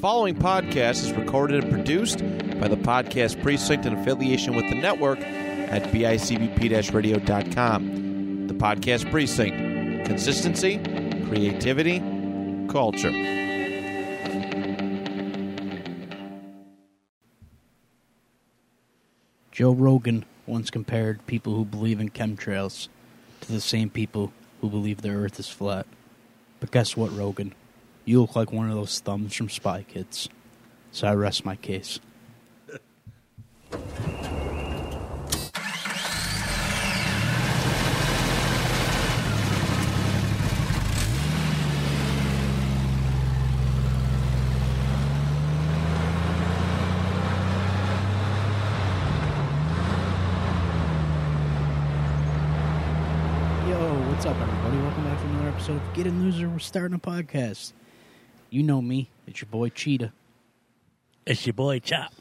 following podcast is recorded and produced by the Podcast Precinct in affiliation with the network at bicbp radio.com. The Podcast Precinct consistency, creativity, culture. Joe Rogan once compared people who believe in chemtrails to the same people who believe the earth is flat. But guess what, Rogan? You look like one of those thumbs from Spy Kids. So I rest my case. Yo, what's up, everybody? Welcome back to another episode of Get In Loser. We're starting a podcast. You know me. It's your boy Cheetah. It's your boy Chop.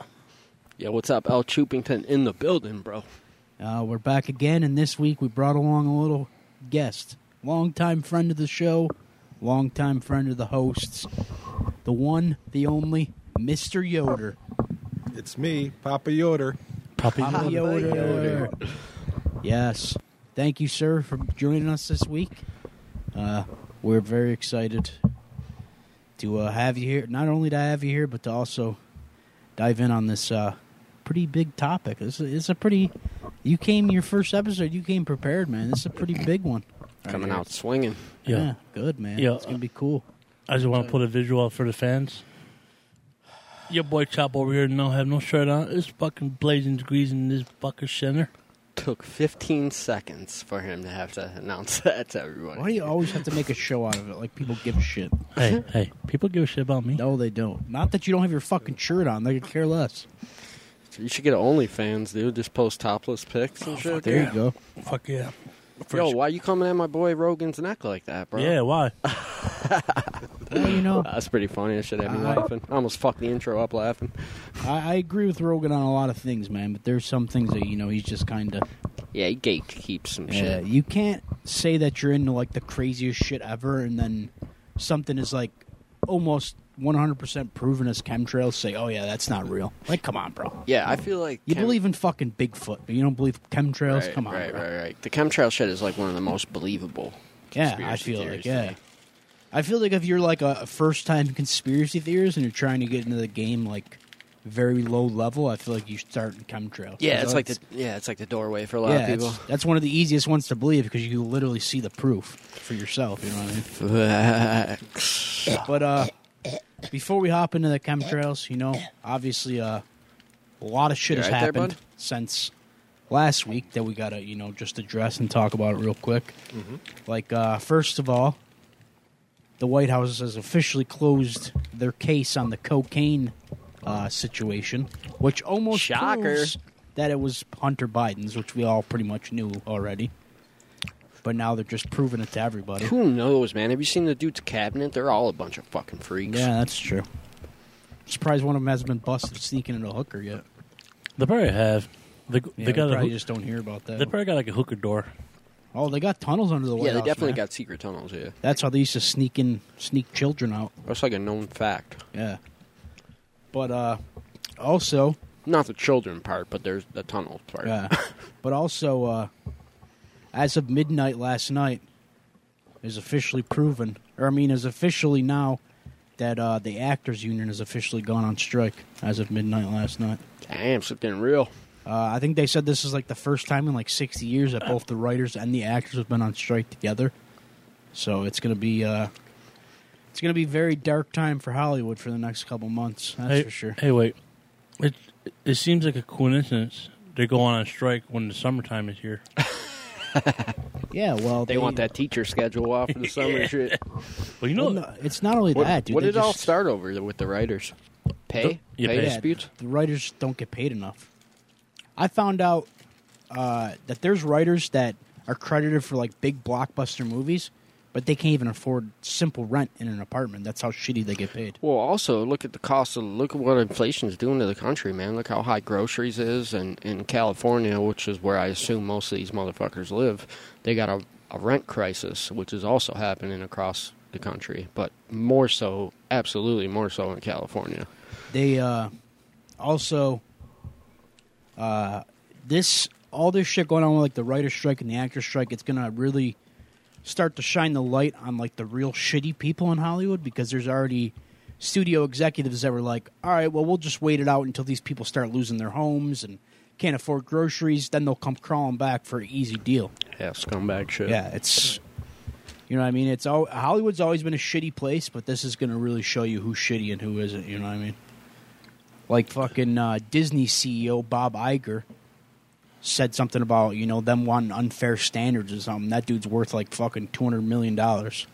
Yeah, what's up? Al Chupington in the building, bro. Uh, we're back again, and this week we brought along a little guest. Longtime friend of the show, longtime friend of the hosts, the one, the only, Mr. Yoder. It's me, Papa Yoder. Puppy. Papa Yoder. Yes. Thank you, sir, for joining us this week. Uh, we're very excited to uh, have you here. Not only to have you here, but to also dive in on this uh, pretty big topic. This is it's a pretty. You came your first episode. You came prepared, man. This is a pretty big one. Coming out swinging. Yeah, Yeah. good man. Yeah. It's gonna be cool. I just want to put a visual up for the fans. Your boy Chop over here no have no shirt on. It's fucking blazing degrees in this fucking center. Took 15 seconds for him to have to announce that to everyone. Why do you always have to make a show out of it? Like people give a shit. Hey, hey, people give a shit about me. No, they don't. Not that you don't have your fucking shirt on. They could care less. You should get OnlyFans, dude. Just post topless pics and shit. Oh, There you go. Fuck yeah. Yo, why you coming at my boy Rogan's neck like that, bro? Uh, Yeah, why? Well, you know, That's pretty funny. That shit had me Uh, laughing. I almost fucked the intro up laughing. I, I agree with Rogan on a lot of things, man. But there's some things that you know he's just kind of. Yeah, he gatekeeps some Yeah, shit. you can't say that you're into like the craziest shit ever, and then something is like almost 100% proven as chemtrails. Say, oh yeah, that's not real. Like, come on, bro. Yeah, I feel like You chem- believe in fucking Bigfoot, but you don't believe chemtrails. Right, come on, right, bro. right, right. The chemtrail shit is like one of the most believable. Yeah, I conspiracy feel like theories yeah. to me. I feel like if you're like a first time conspiracy theorist and you're trying to get into the game like very low level, I feel like you start in chemtrails. Yeah, it's like That's- the yeah, it's like the doorway for a lot yeah, of it's- people. that's one of the easiest ones to believe because you literally see the proof for yourself. You know what I mean? Facts. But uh, before we hop into the chemtrails, you know, obviously uh, a lot of shit You has right there, happened bud? since last week that we gotta you know just address and talk about it real quick. Mm-hmm. Like uh, first of all, the White House has officially closed their case on the cocaine uh, situation, which almost Shocker. proves that it was Hunter Biden's, which we all pretty much knew already. But now they're just proving it to everybody. Who knows, man? Have you seen the dude's cabinet? They're all a bunch of fucking freaks. Yeah, that's true. Surprised one of them hasn't been busted sneaking into a hooker yet. They probably have. They, Yeah, they we got a. probably hook- just don't hear about that. They probably got like a hooker door. oh, they got tunnels under the White Yeah, they House, definitely man. got secret tunnels. Yeah, That's how they used to sneak in, sneak children out. that's like a known fact. Yeah. But uh, also, Not the children part, but there's the tunnel part. yeah. but also, uh, as of midnight last night, is officially proven, or I mean, is officially now that uh, the actors' union has officially gone on strike as of midnight last night. Damn, slipped in real. Uh, I think they said this is like the first time in like 60 years that both the writers and the actors have been on strike together. So it's gonna be uh, it's gonna be very dark time for Hollywood for the next couple months. That's hey, for sure. Hey, wait. It it seems like a coincidence they go on a strike when the summertime is here. Yeah, well They want that teacher schedule off for the summer and shit. Well, you know, Well, no, it's not only What, that, dude. what they did it all just- start over th- with the writers? Pay, Yeah, pay pay. disputes. The writers don't get paid enough. I found out uh, that there's writers that are credited for like big blockbuster movies, but they can't even afford simple rent in an apartment. That's how shitty they get paid. Well, also look at the cost of look at what inflation's doing to the country, man. Look how high groceries is, and in California, which is where I assume most of these motherfuckers live, they got a, a rent crisis, which is also happening across the country, but more so, absolutely more so in California. They uh, also uh, this all this shit going on with like the writer's strike and the actor's strike. It's gonna really start to shine the light on like the real shitty people in Hollywood because there's already studio executives that were like, all right, well, we'll just wait it out until these people start losing their homes and can't afford groceries. Then they'll come crawling back for an easy deal. Yeah, scumbag shit. Yeah, it's you know what I mean. It's all Hollywood's always been a shitty place, but this is going to really show you who's shitty and who isn't. You know what I mean? Like fucking uh, Disney CEO Bob Iger said something about you know them wanting unfair standards or something. That dude's worth like fucking two hundred million dollars.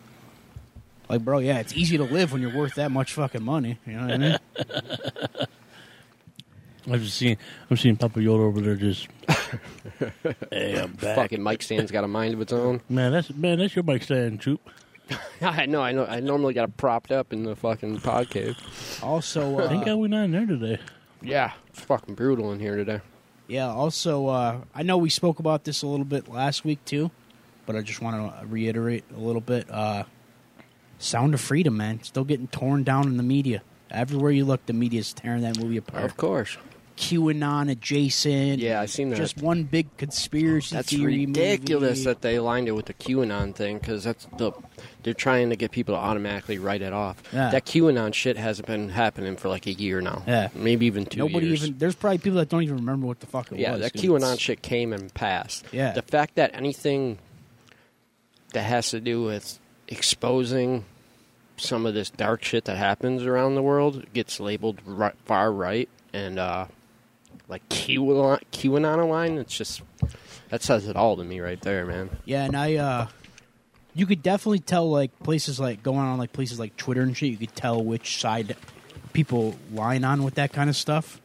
Like, bro, yeah, it's easy to live when you're worth that much fucking money. You know what I mean? I've just seen I'm seeing Papa Yoda over there just Hey, I'm back. Fucking Mike Stan's got a mind of its own. Man, that's man, that's your Mike stand troop. I know, I know. I normally got it propped up in the fucking pod cave. Also, I think I uh, went on there today. Yeah, it's fucking brutal in here today. yeah. Also, uh, I know we spoke about this a little bit last week too, but I just want to reiterate a little bit. Uh, Sound of Freedom, man, still getting torn down in the media. Everywhere you look, the media's tearing that movie apart. Of course. QAnon adjacent. Yeah, I seen that. Just one big conspiracy That's theory ridiculous movie. that they aligned it with the QAnon thing because that's the they're trying to get people to automatically write it off. Yeah. That QAnon shit hasn't been happening for like a year now. Yeah. maybe even two. Nobody years. even. There's probably people that don't even remember what the fuck it Yeah, was. that dude. QAnon shit came and passed. Yeah. The fact that anything that has to do with exposing some of this dark shit that happens around the world gets labeled right, far right and uh, like QAnon, QAnon aligned. It's just that says it all to me right there, man. Yeah, and I, uh, you could definitely tell like places like going on like places like Twitter and shit. You could tell which side people line on with that kind of stuff,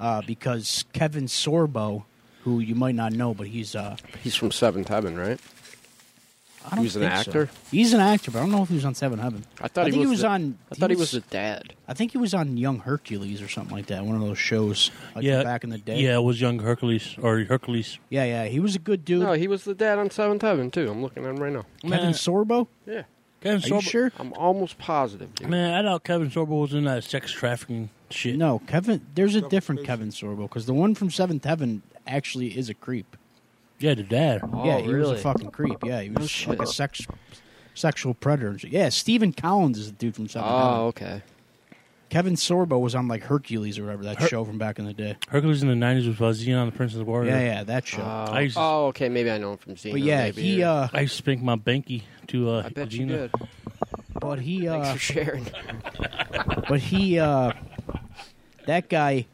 uh, because Kevin Sorbo, who you might not know, but he's uh, He's from Seventh Heaven, right? I don't He was an think so. actor? He's an actor, but I don't know if he was on Seven Heaven. I thought think he was, the- on. I thought he was the dad. I think he was on Young Hercules or something like that. One of those shows, like yeah, back in the day. Yeah, it was young Hercules or Hercules. yeah, yeah. He was a good dude. No, he was the dad on Seventh Heaven too. I'm looking at him right now. Kevin Man. Sorbo. Yeah, Kevin Are you Sorbo- sure? I'm almost positive. Dude. Man, I doubt Kevin Sorbo was in that sex trafficking shit. No, Kevin. There's a Double different face. Kevin Sorbo because the one from Seventh Heaven actually is a creep. Yeah, the dad. Oh, yeah, he was really? a fucking creep. Yeah, he was shit. like a sex, sexual predator. and shit. Yeah, Stephen Collins is the dude from Seventh Oh, Heaven. okay. Kevin Sorbo was on like Hercules or whatever that show from back in the day. Hercules in the nineties was uh, Xenon the Princess Warrior. Yeah, yeah, that show. Oh, I used to- oh, okay. Maybe I know him from Xena. but yeah, maybe, he. Uh, I used to spank my banky to uh I bet you Xena. did. but he. Thanks Uh, for sharing. but he. Uh, that guy,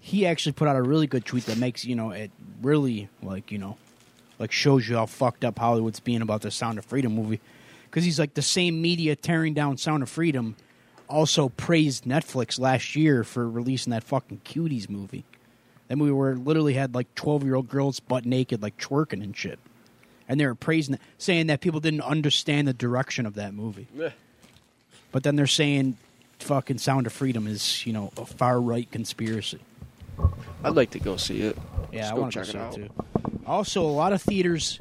he actually put out a really good tweet that makes you know it really like you know, like shows you how fucked up Hollywood's being about the Sound of Freedom movie, because he's like the same media tearing down Sound of Freedom, also praised Netflix last year for releasing that fucking Cuties movie, that movie where it literally had like twelve year old girls butt naked like twerking and shit, and they were praising saying that people didn't understand the direction of that movie. But then they're saying fucking Sound of Freedom is, you know, a far right conspiracy. I'd like to go see it. Yeah, Let's I go want check to it out. too. Also, a lot of theaters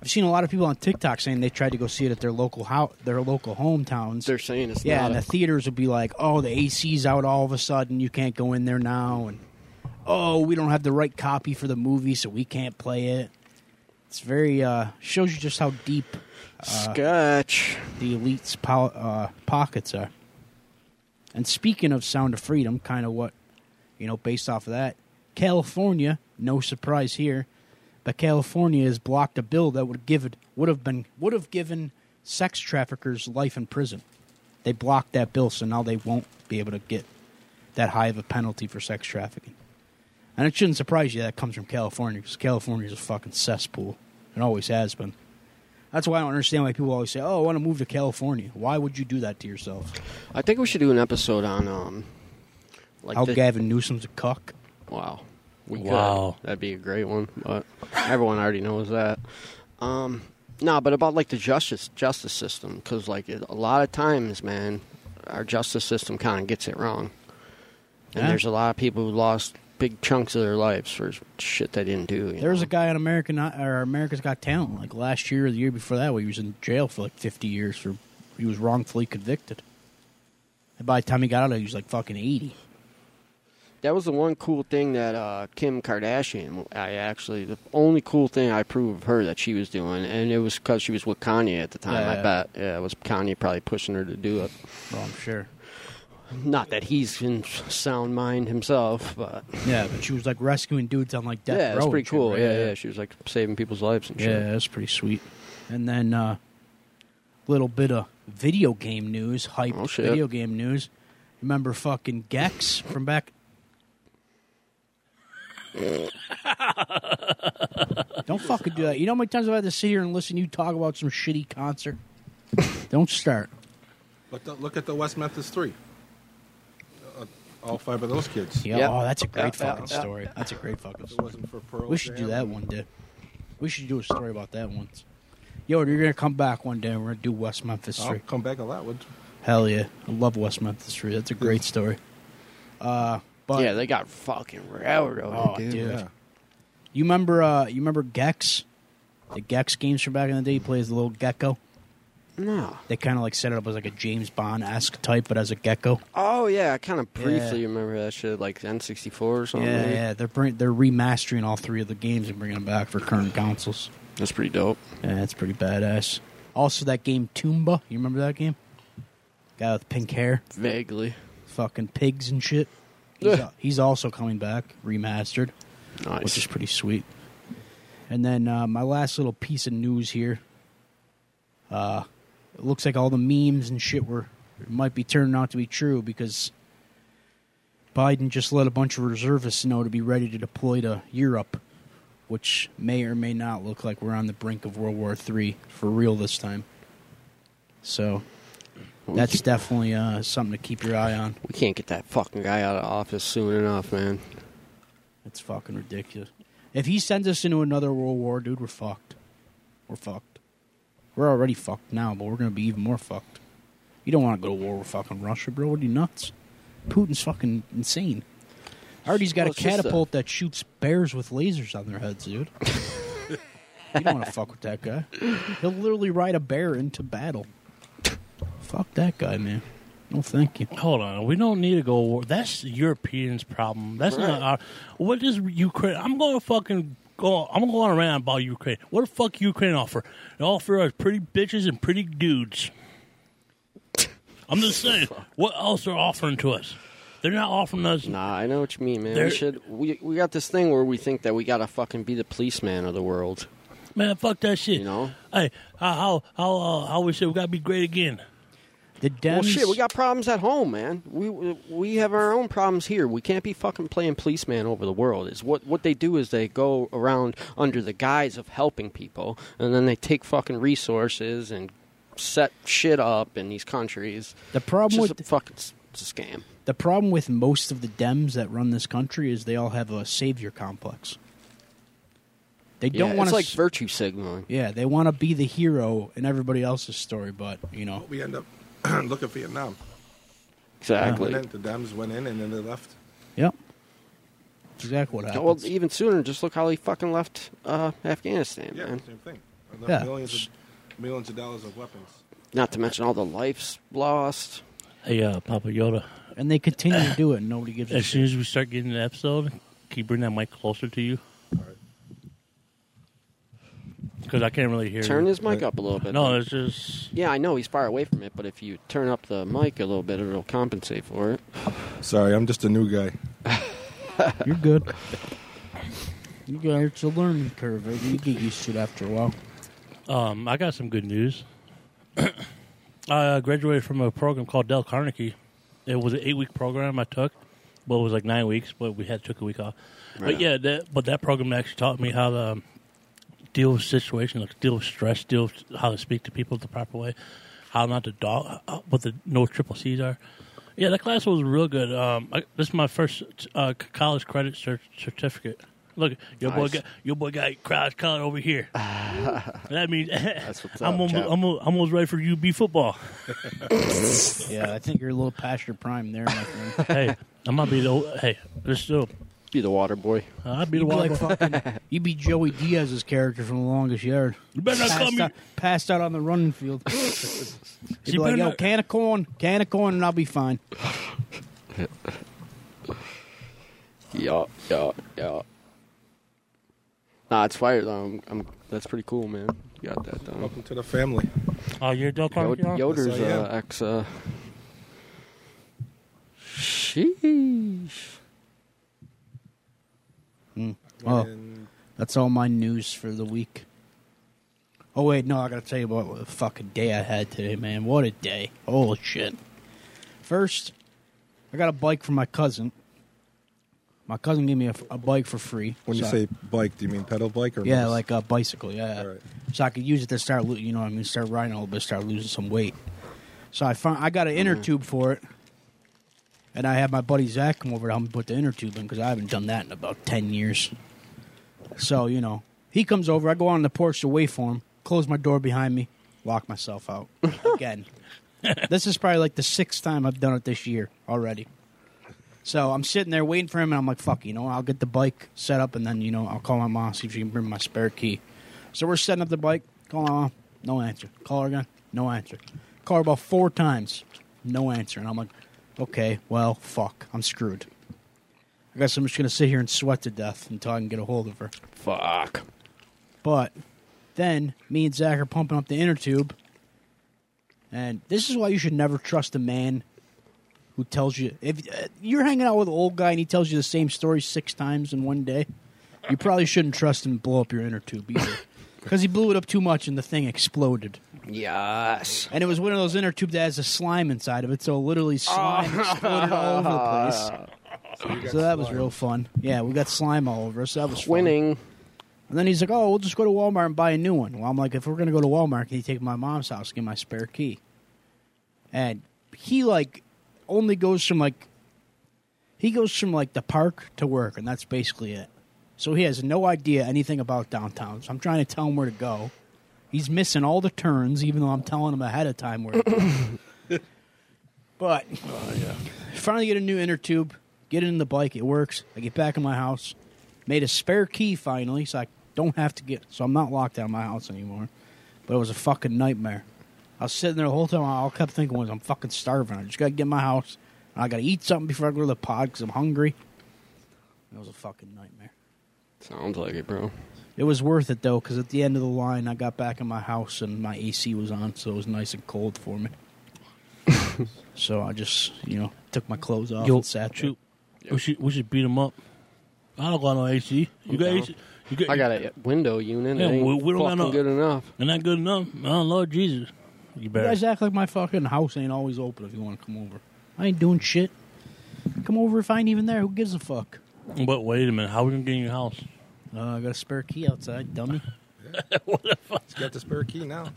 I've seen a lot of people on TikTok saying they tried to go see it at their local ho- their local hometowns. They're saying it's yeah, not. and a- the theaters would be like, "Oh, the AC's out all of a sudden. You can't go in there now." And "Oh, we don't have the right copy for the movie, so we can't play it." It's very uh shows you just how deep uh, sketch. the elite's po- uh, pockets are. And speaking of Sound of Freedom, kind of what, you know, based off of that, California, no surprise here, but California has blocked a bill that would give it would have been would have given sex traffickers life in prison. They blocked that bill, so now they won't be able to get that high of a penalty for sex trafficking. And it shouldn't surprise you that comes from California because California is a fucking cesspool. It always has been. That's why I don't understand why people always say, "Oh, I want to move to California." Why would you do that to yourself? I think we should do an episode on um, like How the- Gavin Newsom's a cuck. Wow. We could. Wow. That'd be a great one. But everyone already knows that. Um, no, but about like the justice justice system, because like it, a lot of times, man, our justice system kind of gets it wrong, and Yeah. there's a lot of people who lost big chunks of their lives for shit they didn't do. you There was know? a guy on American or America's Got Talent like last year or the year before that, where he was in jail for like fifty years for he was wrongfully convicted. And by the time he got out, he was like fucking eighty. That was the one cool thing that uh, Kim Kardashian. I actually the only cool thing I approve of her that she was doing, and it was because she was with Kanye at the time. Yeah, I yeah. bet yeah, it was Kanye probably pushing her to do it. Well, Oh, I'm sure. Not that he's in sound mind himself, but Yeah, but she was like rescuing dudes on like death yeah, row. it's and pretty shit, cool. right? Yeah, yeah, she was like saving people's lives and shit. Yeah, that's pretty sweet. And then uh little bit of video game news, hype Oh, shit. video game news. Remember fucking Gex from back Don't fucking do that. You know how many times I've had to sit here and listen to you talk about some shitty concert? Don't start. Look, the, look at the West Memphis Three. Uh, all five of those kids. Yeah. Yep. Oh, that's a great Yep, yep, fucking yep. story. That's a great fucking If story. it wasn't for Pearl We should do Jam- that one day. We should do a story about that once. Yo, you're gonna come back one day. and We're gonna do West Memphis I'll Three. come back a lot. Would Hell yeah, I love West Memphis Three. That's a great story. Uh, but yeah, they got fucking railroaded, Oh, dude. dude. you remember, uh, you remember Gex, the Gex games from back in the day. He plays the little gecko. No. They kind of like set it up as like a James Bond esque type, but as a gecko. Oh yeah, I kind of briefly Yeah. remember that shit, like N64 or something. yeah, maybe. yeah. They're bring, they're remastering all three of the games and bringing them back for current consoles. That's pretty dope. Yeah, that's pretty badass. Also, that game Toomba. You remember that game? Guy with pink hair, Vaguely. fucking pigs and shit. He's, Yeah. he's also coming back, remastered, Nice. which is pretty sweet. And then uh, my last little piece of news here. Uh, it looks like all the memes and shit were might be turning out to be true because Biden just let a bunch of reservists know to be ready to deploy to Europe, which may or may not look like we're on the brink of World War III for real this time. So that's definitely uh, something to keep your eye on. we can't get that fucking guy out of office soon enough, man. It's fucking ridiculous. If he sends us into another world war, dude, we're fucked. We're fucked. We're already fucked now, but we're gonna be even more fucked. You don't want to go to war with fucking Russia, bro. What are you nuts? Putin's fucking insane. Already's got Well, a it's just a- catapult that shoots bears with lasers on their heads, dude. you don't want to fuck with that guy. He'll literally ride a bear into battle. Fuck that guy, man. No, thank you. Hold on, we don't need to go. War. That's the Europeans' problem. That's not our. What is Ukraine? I'm going to fucking go. I'm going to go on a rant about Ukraine. What the fuck Ukraine offer? They offer us pretty bitches and pretty dudes. I'm just saying. What else are offering to us? They're not offering us. Nah, I know what you mean, man. There- We should. We we got this thing where we think that we gotta fucking be the policeman of the world. Man, fuck that shit. You know? Hey, how how how, uh, how we say we gotta be great again? The Dems. Well, shit, we got problems at home, man. We we have our own problems here. We can't be fucking playing policeman over the world. Is what what they do is they go around under the guise of helping people, and then they take fucking resources and set shit up in these countries. the problem It's with just a fucking s- it's a scam. The problem with most of the Dems that run this country is they all have a savior complex. They Yeah, don't want it's to. like virtue signaling. yeah, they want to be the hero in everybody else's story, but you know, we end up? look at Vietnam. Exactly. Went Uh-huh. in, the Dems went in, and then they left. yep, That's exactly what well, happens. even sooner, just look how he fucking left uh, Afghanistan, Yeah, man. same thing. And the Yeah. Millions of millions of dollars of weapons. Not to mention all the lives lost. Hey, uh, Papa Yoda. And they continue to do it, and nobody gives a As shit. soon as we start getting the episode, can you bring that mic closer to you? Because I can't really hear. Turn you. his mic up a little bit. No, it's just. Yeah, I know he's far away from it, but if you turn up the mic a little bit, it'll compensate for it. Sorry, I'm just a new guy. You're good. You got it's a learning curve. right? You get used to it after a while. Um, I got some good news. I uh, graduated from a program called Dell Carnegie. It was an eight-week program I took. Well, it was like nine weeks, but we had took a week off. Right But yeah, that, but that program actually taught me how to um, deal with situations, like deal with stress, deal with how to speak to people the proper way, how not to dog, uh, what the no triple C's are. Yeah, that class was real good. Um, I, this is my first uh, c- college credit cer- certificate. Look, your boy Nice. got your boy got college credit over here. That means what's I'm, up, almost, chap. I'm almost- almost ready for UB football. Yeah, I think you're a little past your prime there, my friend. hey, I'm gonna be the old- hey. There's still Be the water boy. I'll be the You'd be, wild. like fucking, you'd be Joey Diaz's character from The Longest Yard. you better not call Passed me. out, passed out on the running field. He'd be She like, better yo, not- can of corn, can of corn, and I'll be fine. Yeah, yeah, yeah. Nah, it's fire though. I'm, I'm, that's pretty cool, man. You got that done. Welcome to the family. Oh, you're a dog Yo- park, yeah? Yoder's So, yeah. uh, ex. Uh... Sheesh. Oh. And That's all my news for the week. Oh wait, no, I gotta tell you about what a fucking day I had today, man. What a day. Holy shit. First, I got a bike from my cousin. My cousin gave me a, a bike for free. when you So- say bike, do you mean pedal bike or yeah, motor- like a bicycle, yeah. All right. So I could use it to start, lo- you know, what I mean, start riding a little bit, start losing some weight. So I found I got an inner tube for it, and I had my buddy Zach come over to help me put the inner tube in because I haven't done that in about ten years. So you know, he comes over. I go on the porch to wait for him. Close my door behind me. Lock myself out again. this is probably like the sixth time I've done it this year already. So I'm sitting there waiting for him, and I'm like, "Fuck, you know, I'll get the bike set up, and then you know, I'll call my mom see if she can bring my spare key." So we're setting up the bike. Call my mom, no answer. Call her again, no answer. Call her about four times, no answer. And I'm like, "Okay, well, fuck, I'm screwed. I guess I'm just gonna sit here and sweat to death until I can get a hold of her." Fuck. But then me and Zach are pumping up the inner tube. And this is why you should never trust a man who tells you if uh, you're hanging out with an old guy and he tells you the same story six times in one day, you probably shouldn't trust him to blow up your inner tube either. Because he blew it up too much and the thing exploded. Yes. And it was one of those inner tubes that has a slime inside of it, so literally slime exploded all over the place. So, that was real fun. Yeah, we got slime all over us. That was fun. Winning. And then he's like, "Oh, we'll just go to Walmart and buy a new one." Well, I'm like, "If we're gonna go to Walmart, can you take my mom's house and get my spare key?" And he like only goes from like he goes from like the park to work, and that's basically it. So he has no idea anything about downtown. So I'm trying to tell him where to go. He's missing all the turns, even though I'm telling him ahead of time where. to go. but finally, get a new inner tube. Get it in the bike. It works. I get back in my house made a spare key finally, so I don't have to get. So I'm not locked out of my house anymore. But it was a fucking nightmare. I was sitting there the whole time. All I kept thinking was, I'm fucking starving. I just gotta get in my house. And I gotta eat something before I go to the pod because I'm hungry. It was a fucking nightmare. Sounds like it, bro. It was worth it though, because at the end of the line, I got back in my house and my AC was on, so it was nice and cold for me. so I just, you know, took my clothes off Yo, and sat there. shoot. We, should, we should beat him up. I don't got no AC. You got down. AC? You got, I got a window unit. Yeah, it ain't we- we don't got fucking no- good enough. And not good enough. Oh, Lord Jesus. You You better. guys act like my fucking house ain't always open if you want to come over. I ain't doing shit. Come over if I ain't even there. Who gives a fuck? But wait a minute. How are we going to get in your house? Uh, I got a spare key outside, dummy. He's got the spare key now.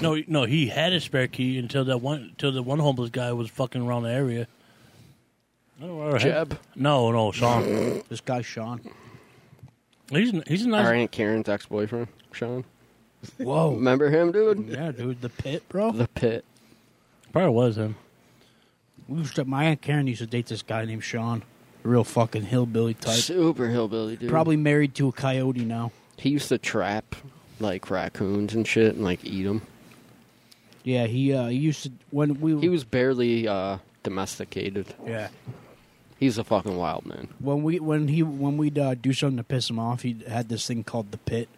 No, he- no, he had a spare key until that one until the one homeless guy was fucking around the area. I don't know where I had- Jeb. No, no, Sean. This guy Sean. he's he's a nice. Our Aunt Karen's ex boyfriend, Sean. Whoa. Remember him, dude? yeah, dude, the pit, bro. The pit. Probably was him. we used to, my aunt Karen used to date this guy named Sean, a real fucking hillbilly type. Super hillbilly, dude. Probably married to a coyote now. He used to trap like raccoons and shit and like eat them. Yeah, he uh, he used to when we He was barely uh, domesticated. yeah He's a fucking wild man. when we when he when we'd uh, do something to piss him off, he had this thing called the pit,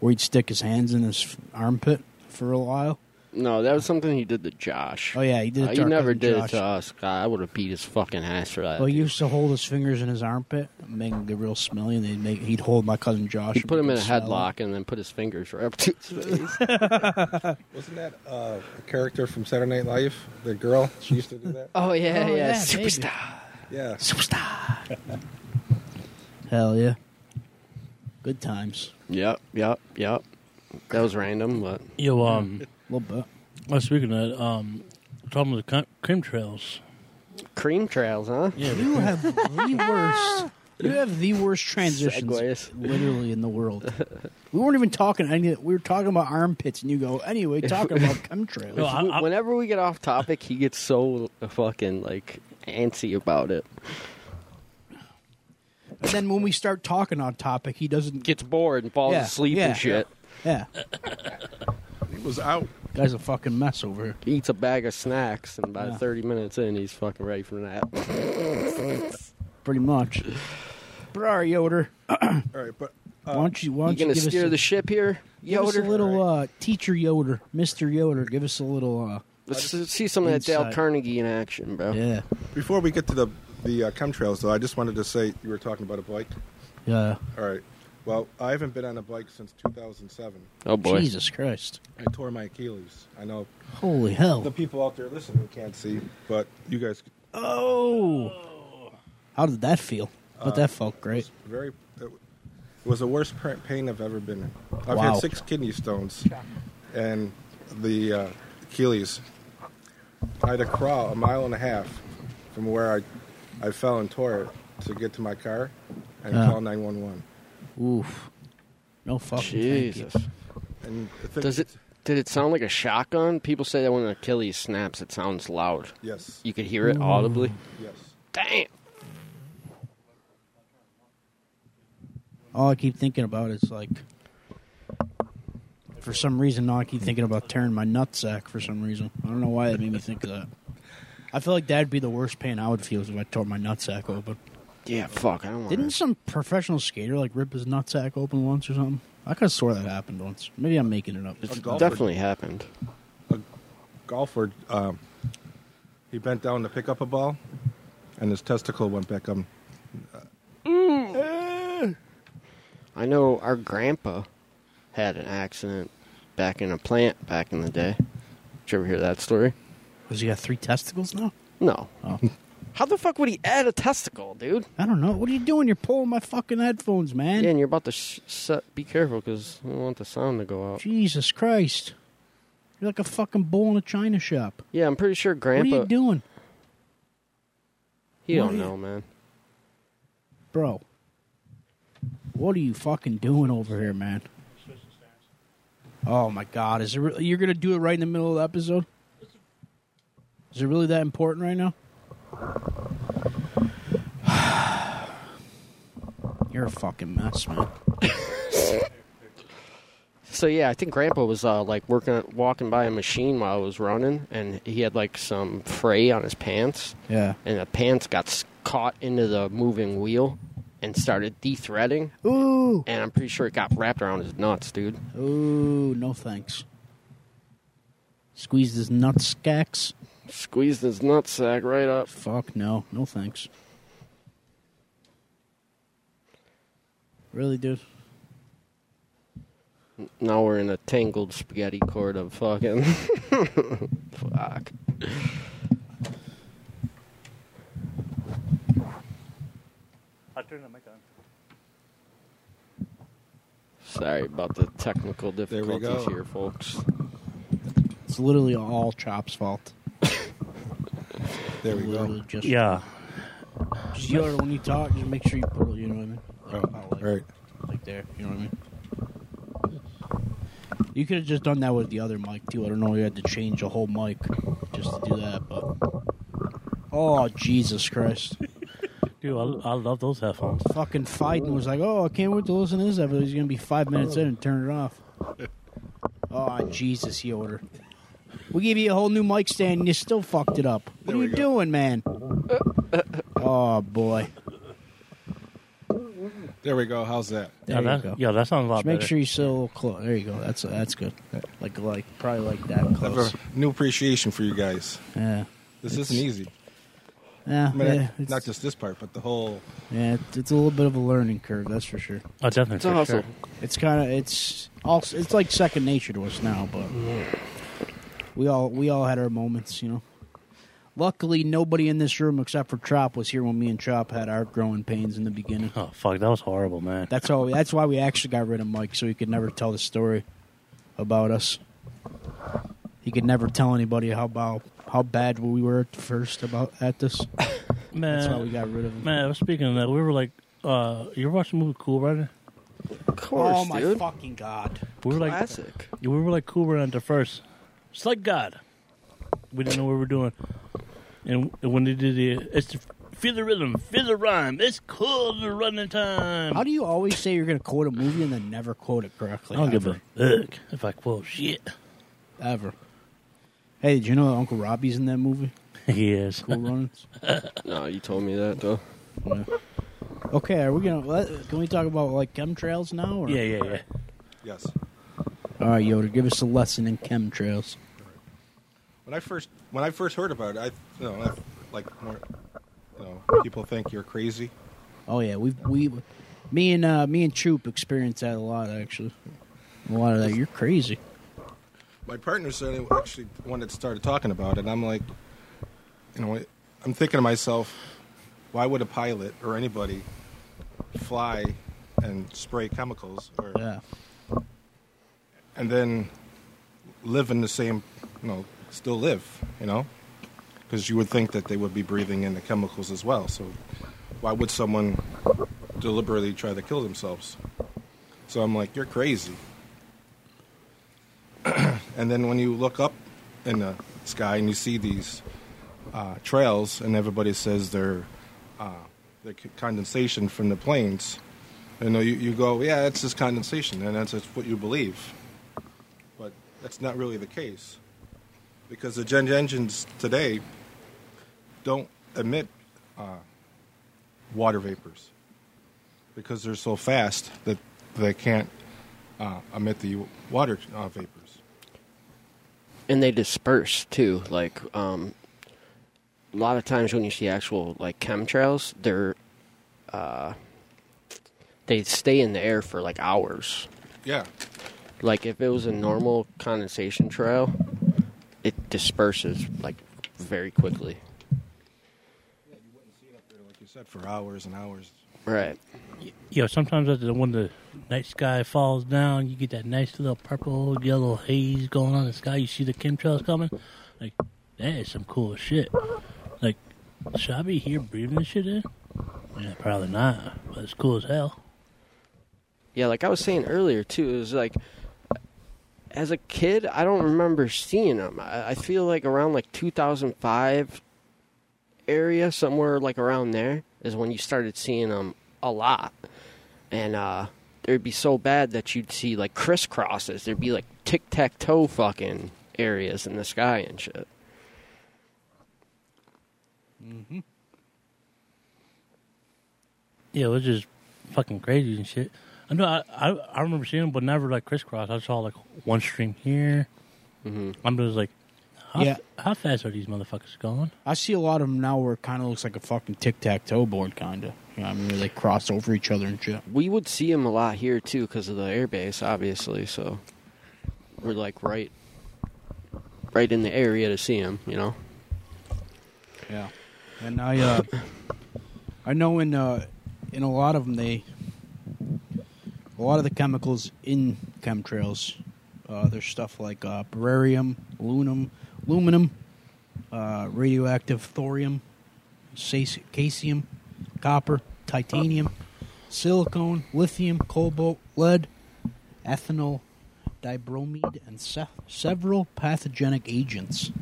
where he'd stick his hands in his armpit for a while. No, that was something he did to Josh. Oh yeah, he did. It Uh, to he our never cousin did Josh. Oh, it to us. God, I would have beat his fucking ass for that. Well, he dude. used to hold his fingers in his armpit, making it real smelly, and they'd make he'd hold my cousin Josh. He and put him make in a it smell. headlock and then put his fingers right up to his face. Wasn't that uh, a character from Saturday Night Live? The girl she used to do that. oh yeah, Oh, yeah, yeah, baby. superstar. Yeah. Hell yeah, good times. Yep, yep, yep. That was random, but Yo, um, A little bit. well, speaking of that, um, talking about the cream trails. cream trails, huh? Yeah, You have the worst. You have the worst transitions, Segues. literally in the world. We weren't even talking any. We were talking about armpits, and you go anyway, talking about chemtrails. No, I- I- Whenever we get off topic, he gets so fucking like antsy about it. And then when we start talking on topic, he doesn't. Gets bored and falls Yeah, asleep yeah. and shit. Yeah, was out. Guy's a fucking mess over here. He eats a bag of snacks, and by Yeah. 30 minutes in, he's fucking ready for that. Pretty much. But all right, Yoder. All right, but Why don't you? Why You don't you, gonna give us steer a- the ship here, Give us Yoder? a little uh, teacher Yoder, Mister Yoder. Give us a little. Let's see some of that Dale Inside. Carnegie in action, bro. Uh, yeah, before we get to the the uh, chemtrails, though, I just wanted to say you were talking about a bike. yeah. All right. Well, I haven't been on a bike since 2007. Oh boy. Jesus Christ! I tore my Achilles. I know Holy hell! the people out there listening can't see, but you guys oh, how did that feel? But that felt great. very. It was the worst pa- pain I've ever been in. I've Wow. had six kidney stones, and the uh, Achilles. I had to crawl a mile and a half from where I, I fell and tore it to get to my car, and Yeah. call 911. Oof. No fucking. thank you. Jesus. And I think Does it? Did it sound like a shotgun? People say that when an Achilles snaps, it sounds loud. Yes. You could hear Mm. it audibly. Yes. Damn. All I keep thinking about is like, for some reason, now I keep thinking about tearing my nutsack for some reason. I don't know why that made me think of that. I feel like that'd be the worst pain I would feel is if I tore my nutsack open. Yeah, fuck. I don't want. Didn't some professional skater like rip his nutsack open once or something? I could have swore that happened once. Maybe I'm making it up. It's A golfer- definitely happened. A golfer, um, he bent down to pick up a ball, and his testicle went back up. I know our grandpa had an accident back in a plant back in the day. Did you ever hear that story? Because you got three testicles now? No. Oh. How the fuck would he add a testicle, dude? I don't know. What are you doing? You're pulling my fucking headphones, man. Yeah, and you're about to sh- set, be careful because I don't want the sound to go out. Jesus Christ. You're like a fucking bull in a china shop. Yeah, I'm pretty sure what Grandpa. are you doing? He What don't are you- know, man. Bro. What are you fucking doing over here, man? Oh my god, is it re- you're going to do it right in the middle of the episode? Is it really that important right now? you're a fucking mess, man. So yeah, I think Grandpa was uh, like working, walking by a machine while I was running, and he had like some fray on his pants, Yeah. and the pants got s- caught into the moving wheel and started de-threading, Ooh. and I'm pretty sure it got wrapped around his nuts, dude. Ooh, no thanks. Squeezed his nutskacks. Squeezed his nutsack right up. Fuck no, no thanks. Really, dude? Now we're in a tangled spaghetti cord of fucking. Fuck. I turned the mic on. Sorry about the technical There we difficulties go. here, folks. It's literally all Chop's fault. There we Literally go. just Yeah. Just yell when you talk. Just make sure you put it. You know what I mean? Oh, Like, all right. like there. You know what I mean? You could have just done that with the other mic too. I don't know. You had to change the whole mic just to do that, but. Oh Jesus Christ! Dude, I, I love those headphones. Fucking Fiden was like, "Oh, I can't wait to listen to this episode. He's gonna be five minutes in and turn it off." Oh Jesus, Yoder! We gave you a whole new mic stand and you still fucked it up. What are you doing, man? oh boy! There we go. How's that? There yeah, you that, go. yeah, that sounds a lot Just make better. sure you still close. There you go. That's that's good. Like like probably like that I have close. a new appreciation for you guys. Yeah. This isn't easy. Yeah, I mean, yeah, not- it's, not just this part, but the whole. yeah, it's- it's a little bit of a learning curve, that's for sure. oh, definitely. It's a for hustle. sure. It's kind of it's all it's like second nature to us now, but we all we all had our moments, you know. Luckily, nobody in this room except for Chop was here when me and Chop had our growing pains in the beginning. Oh, fuck. That was horrible, man. That's all. That's why we actually got rid of Mike, so he could never tell the story about us. He could never tell anybody how about how bad we were at first about at this. man, That's why we got rid of him. man, I was speaking of that, we were like, uh, you ever watched the movie Cool Runner? Of course, oh my dude. fucking god! We were like, Classic. we were like Cool Runner at first. It's like God. We didn't know what we were doing. And when they did the, it's the, feel the rhythm, feel the rhyme, it's cool to running time. How do you always say you're going to quote a movie and then never quote it correctly? I don't give ever? a fuck if I quote shit. ever. Hey, did you know Uncle Robbie's in that movie? he is. Cool Runnings. No, you told me that though. Yeah. Okay, are we gonna let, can we talk about like chemtrails now? Or? Yeah, yeah, yeah. Yes. All right, Yoda, give us a lesson in chemtrails. When I first when I first heard about it, I you know I, like more, you know people think you're crazy. Oh yeah, we we, me and uh, me and Troop experienced that a lot actually. A lot of that. You're crazy. My partner said actually one that started talking about it. and I'm like, you know, I'm thinking to myself, why would a pilot or anybody fly and spray chemicals or Yeah. and then live in the same, you know, still live, you know? Because you would think that they would be breathing in the chemicals as well. So why would someone deliberately try to kill themselves? So I'm like, you're crazy. and then when you look up in the sky and you see these uh, trails, and everybody says they're uh, the c- condensation from the planes. You know, you, you go, yeah, it's just condensation, and that's, that's what you believe. But that's not really the case. Because the jet engines today don't emit uh, water vapors because they're so fast that they can't uh, emit the water uh, vapors. and they disperse too. Like um, a lot of times when you see actual like chemtrails, they're uh, they stay in the air for like hours. Yeah, Like if it was a normal condensation trail, it disperses like very quickly. like you said, for hours and hours. Right. You know, sometimes after the- when the night sky falls down, you get that nice little purple yellow haze going on in the sky. You see the chemtrails coming. Like, that is some cool shit. Like, should I be here breathing this shit in? Yeah, probably not. But it's cool as hell. Yeah, like I was saying earlier too, it was like as a kid, I don't remember seeing them. I, I feel like around like 2005 area, somewhere like around there, is when you started seeing them a lot, and uh, they'd be so bad that you'd see like crisscrosses. There'd be like tic tac toe fucking areas in the sky and shit. Yeah, it was just fucking crazy and shit. I know I, I, I remember seeing them, but never like crisscross. I saw like one stream here. I'm just like, how, Yeah. how fast are these motherfuckers going? I see a lot of them now where it kind of looks like a fucking tic tac toe board, kind of. You know, what I mean, where they cross over each other and shit. We would see them a lot here too because of the airbase, obviously. So we're like right, right in the area to see them. You know. Yeah, and I, uh, I know in uh, in a lot of them they, a lot of the chemicals in chemtrails, uh, there's stuff like uh, barium, aluminum, aluminum, uh, radioactive thorium, sais- caesium, copper, titanium, silicone, lithium, cobalt, lead, ethanol, dibromide, and se- several pathogenic agents.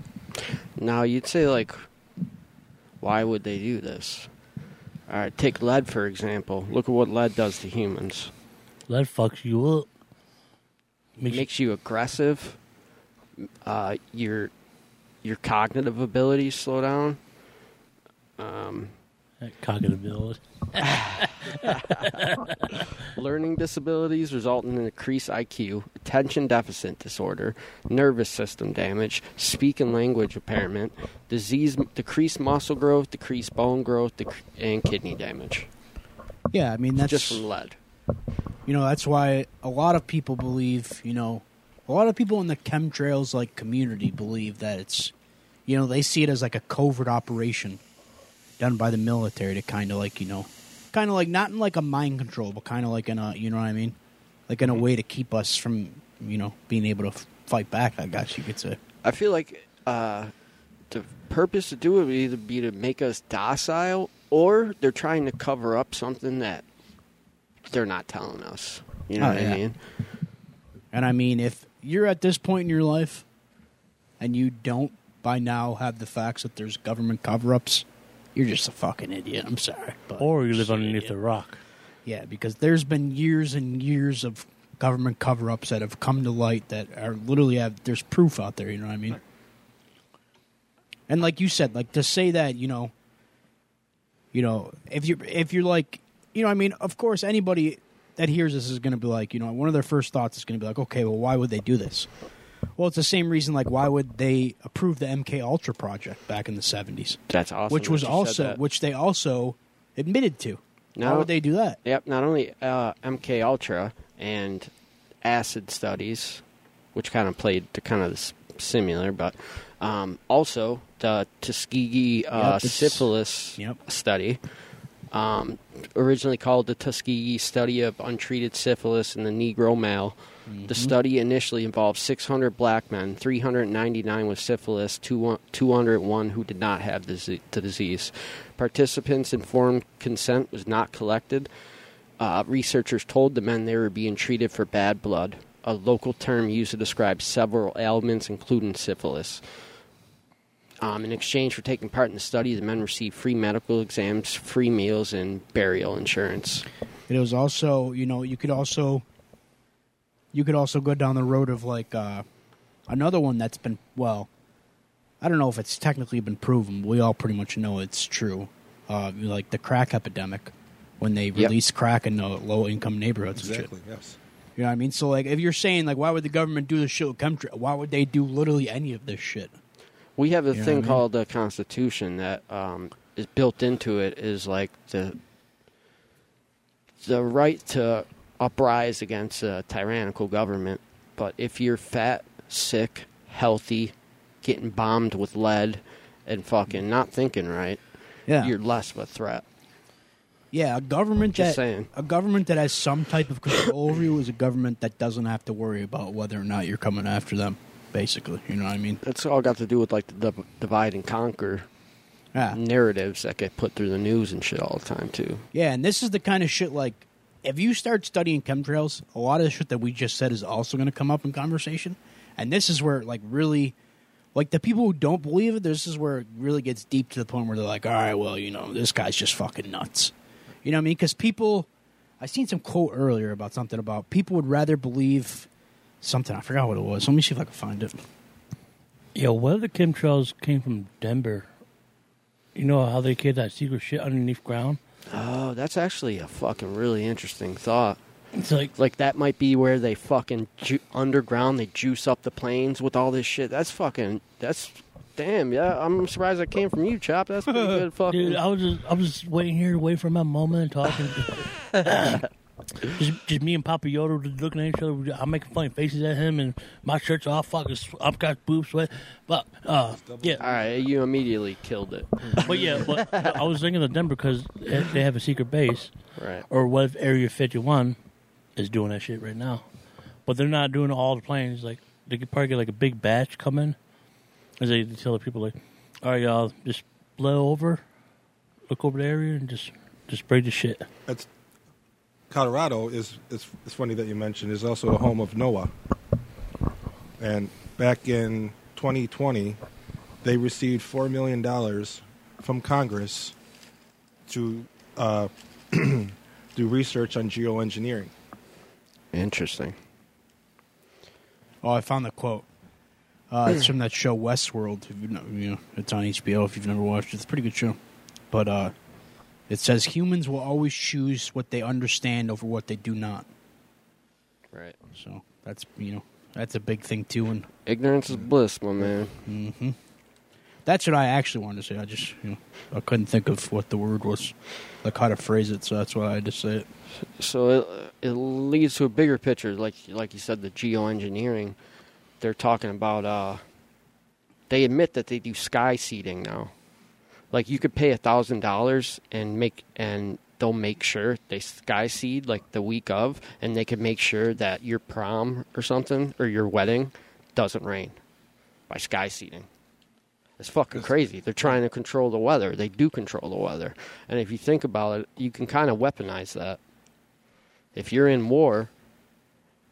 Now you'd say like, why would they do this? All right, take lead for example. Look at what lead does to humans. That fucks you up. It Makes, makes you aggressive. Uh, your your cognitive abilities slow down. you cognitive build. Learning disabilities resulting in increased IQ, attention deficit disorder, nervous system damage, speak and language impairment, disease, decreased muscle growth, decreased bone growth, dec- and kidney damage. Yeah, I mean that's Just from lead. You know, that's why a lot of people believe, you know, a lot of people in the chemtrails like community believe that it's, you know, they see it as like a covert operation done by the military to kind of like, you know, kind of like not in like a mind control, but kind of like in a, you know what I mean? Like in a way to keep us from, you know, being able to f- fight back, I guess you could say. I feel like uh, the purpose to do it would either be to make us docile, or they're trying to cover up something that they're not telling us. You know Oh, what yeah. I mean? And I mean, if you're at this point in your life and you don't by now have the facts that there's government cover ups, you're just a fucking idiot. I'm sorry. But Or you live underneath a rock. Yeah, because there's been years and years of government cover-ups that have come to light that are literally have there's proof out there. You know what I mean? And like you said, like to say that you know, you know, if you if you're like, you know, what I mean, of course, anybody that hears this is going to be like, you know, one of their first thoughts is going to be like, okay, well, why would they do this? Well, it's the same reason. Like, why would they approve the MK Ultra project back in the seventies? That's awesome. which that was you said also that. which they also admitted to. Why No. would they do that? Yep, not only uh, MK Ultra and acid studies, which kind of played to kind of s- similar, but um, also the Tuskegee Yep, uh, it's- syphilis yep. study, um, originally called the Tuskegee Study of Untreated Syphilis in the Negro Male. The study initially involved 600 black men, 399 with syphilis, 2 201 who did not have the z- the disease. Participants' informed consent was not collected. Uh, researchers told the men they were being treated for bad blood, a local term used to describe several ailments, including syphilis. Um, in exchange for taking part in the study, the men received free medical exams, free meals, and burial insurance. It was also, you know, you could also you could also go down the road of like uh another one that's been well, I don't know if it's technically been proven. But we all pretty much know it's true. Uh, like the crack epidemic when they released crack in the low income neighborhoods and shit. Exactly. Yes. You know what I mean? So like if you're saying like why would the government do this shit with chemtrails? Why would they do literally any of this shit? We have a You know thing what I mean? called the Constitution that um, is built into it is like the the right to uprise against a tyrannical government. But if you're fat, sick, healthy, getting bombed with lead, and fucking not thinking right, Yeah. you're less of a threat. Yeah, a government Just that saying. a government that has some type of control over you is a government that doesn't have to worry about whether or not you're coming after them. Basically, you know what I mean? That's all got to do with like the div- divide and conquer Yeah, narratives that get put through the news and shit all the time too. yeah. And this is the kind of shit like if you start studying chemtrails, a lot of the shit that we just said is also going to come up in conversation. And this is where like really, like the people who don't believe it, this is where it really gets deep to the point where they're like, all right, well, you know, this guy's just fucking nuts. You know what I mean? Because people, I seen some quote earlier about something about people would rather believe something. I forgot what it was. Let me see if I can find it. Yeah, what if the chemtrails came from Denver? You know how they get that secret shit underneath ground? Oh, that's actually a fucking really interesting thought. It's like Like that might be where they fucking ju- underground. They juice up the plains with all this shit. That's fucking. That's damn. Yeah, I'm surprised that came from you, Chop. That's pretty good. Fucking. Dude, I was just I was just waiting here to wait for my moment and talking. just, just me and Papa Yoda just looking at each other. I'm making funny faces at him, and my shirt's all fucking. sw- I've got boob sweat, but uh, all yeah, right, you immediately killed it. but yeah, but I was thinking of Denver because they have a secret base, Right. or what if Area 51 is doing that shit right now? But they're not doing all the planes. Like they could probably get like a big batch coming, as they tell the people like, "All right, y'all, just blow over, look over the area, and just just spray the shit." That's Colorado is it's, it's funny that you mentioned is also the home of Noah. And back in 2020, they received four million dollars from Congress to uh, do research on geoengineering. Interesting. Oh, I found the quote. Uh, it's from that show Westworld. If you know, you know, it's on HBO. If you've never watched it, it's a pretty good show. But uh, it says humans will always choose what they understand over what they do not. Right. So that's you know that's a big thing too. And mm-hmm. Ignorance is bliss, my man. that's what I actually wanted to say. I just you know I couldn't think of what the word was, like how to phrase it. So that's why I had to say it. So it it leads to a bigger picture, like like you said, the geoengineering. They're talking about. uh They admit that they do sky seeding now. Like you could pay a thousand dollars and make and they'll make sure they sky seed like the week of, and they can make sure that your prom or something or your wedding doesn't rain by sky seeding. It's fucking crazy. They're trying to control the weather. They do control the weather, and if you think about it, you can kind of weaponize that if you're in war